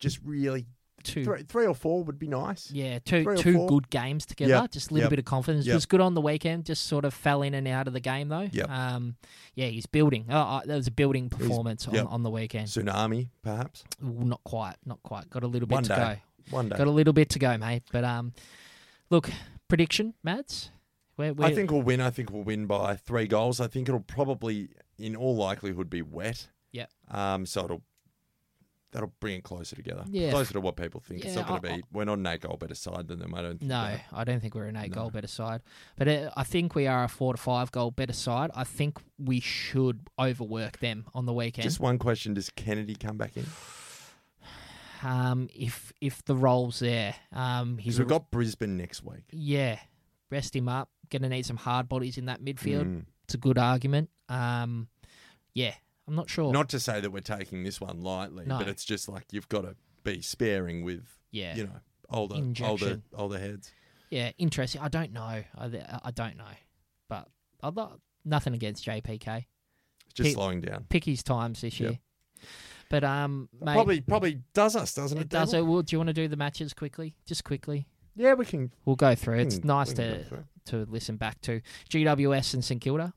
just really
Two.
three, three or four would be nice.
Yeah, two
Three or
two
four.
good games together.
Yep,
Just a little
yep,
bit of confidence.
yep.
Was good on the weekend. Just sort of fell in and out of the game though.
Yep.
Um, yeah, he's building. Oh, uh, that was a building
He's-
performance on,
yep.
on the weekend.
Tsunami, perhaps.
Ooh, not quite. Not quite. Got a little bit
One
to
day.
go.
One day.
Got a little bit to go, mate. But um, look, prediction, Mads. Where, where,
I think we'll win. I think we'll win by three goals. I think it'll probably, in all likelihood, be wet.
Yep.
Um, so it'll That'll bring it closer together.
Yeah.
Closer to what people think. it's
Yeah,
not going to
I-
be. We're not an eight goal better side than them. I don't. Think
No,
that.
I don't think we're an eight
No.
goal better side. But uh I think we are a four to five goal better side. I think we should overwork them on the weekend.
Just one question: Does Kennedy come back in?
um, if if the role's there, um, he's
Because we've got Brisbane next week.
yeah. Rest him up. Gonna need some hard bodies in that midfield.
Mm.
It's a good argument. Um, yeah, I'm not sure.
Not to say that we're taking this one lightly,
No.
but it's just like you've got to be sparing with.
Yeah.
You know, older, older,
Injection.
older heads.
Yeah, interesting. I don't know. I, I don't know, but I'd lo- nothing against JPK.
Just slowing down.
Pick his times this
Yep.
year. But um, mate,
Probably, probably does us, doesn't it?
it does
Dable?
it. Well, do you want to do the matches quickly? Just quickly.
Yeah, we can.
We'll go through.
we
It's
can-
nice
we can go
to
through.
to listen back to GWS and St Kilda,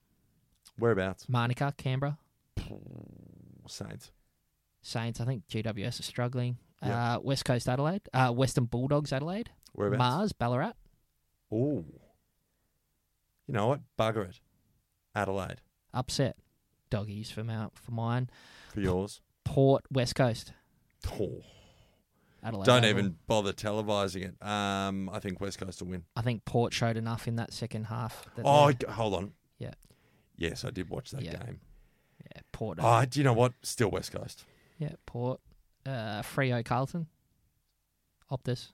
Whereabouts?
Manuka, Canberra,
Saints.
Saints. I think GWS is struggling.
Yep.
Uh, West Coast Adelaide, uh, Western Bulldogs Adelaide,
Whereabouts?
Mars Ballarat.
Oh. You know what? Bugger it. Adelaide
upset. Doggies for my, for mine.
for yours.
Port West Coast.
Oh.
Adelaide.
Don't
Oval.
even bother televising it. Um, I think West Coast will win.
I think Port showed enough in that second half. That
Oh,
they're-
g- hold on.
Yeah.
Yes, I did watch that
Yeah.
game.
Yeah, Port.
Oh, do you know what? Still West Coast.
yeah, Port. Uh, Freo Carlton. Optus.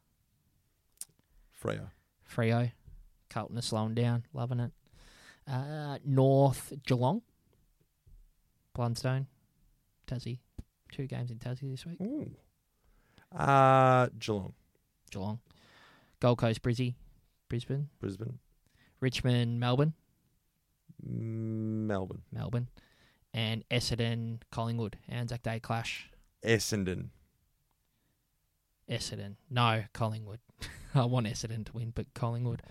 Freo.
Freo. Carlton is slowing down. Loving it. Uh, North Geelong. Blundstone. Tassie. Two games in Tassie this week.
Uh, Geelong,
Geelong. Gold Coast Brizzy. Brisbane.
Brisbane,
Richmond Melbourne.
Melbourne,
Melbourne. And Essendon Collingwood. Anzac Day clash.
Essendon.
Essendon. No, Collingwood. I want Essendon to win, but Collingwood.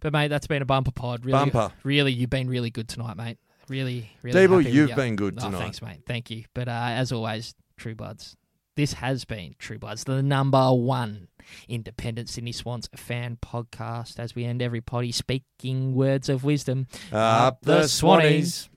But mate, that's been a bumper pod. Really,
Bumper.
Really, you've been really good tonight, mate. Really, really.
Deeble,
happy with
you've
you.
been good
Oh,
tonight.
Thanks, mate. Thank you. But uh, as always, True Bloods. This has been True Bloods, the number one independent Sydney Swans fan podcast. As we end every potty, speaking words of wisdom.
Up the Swannies.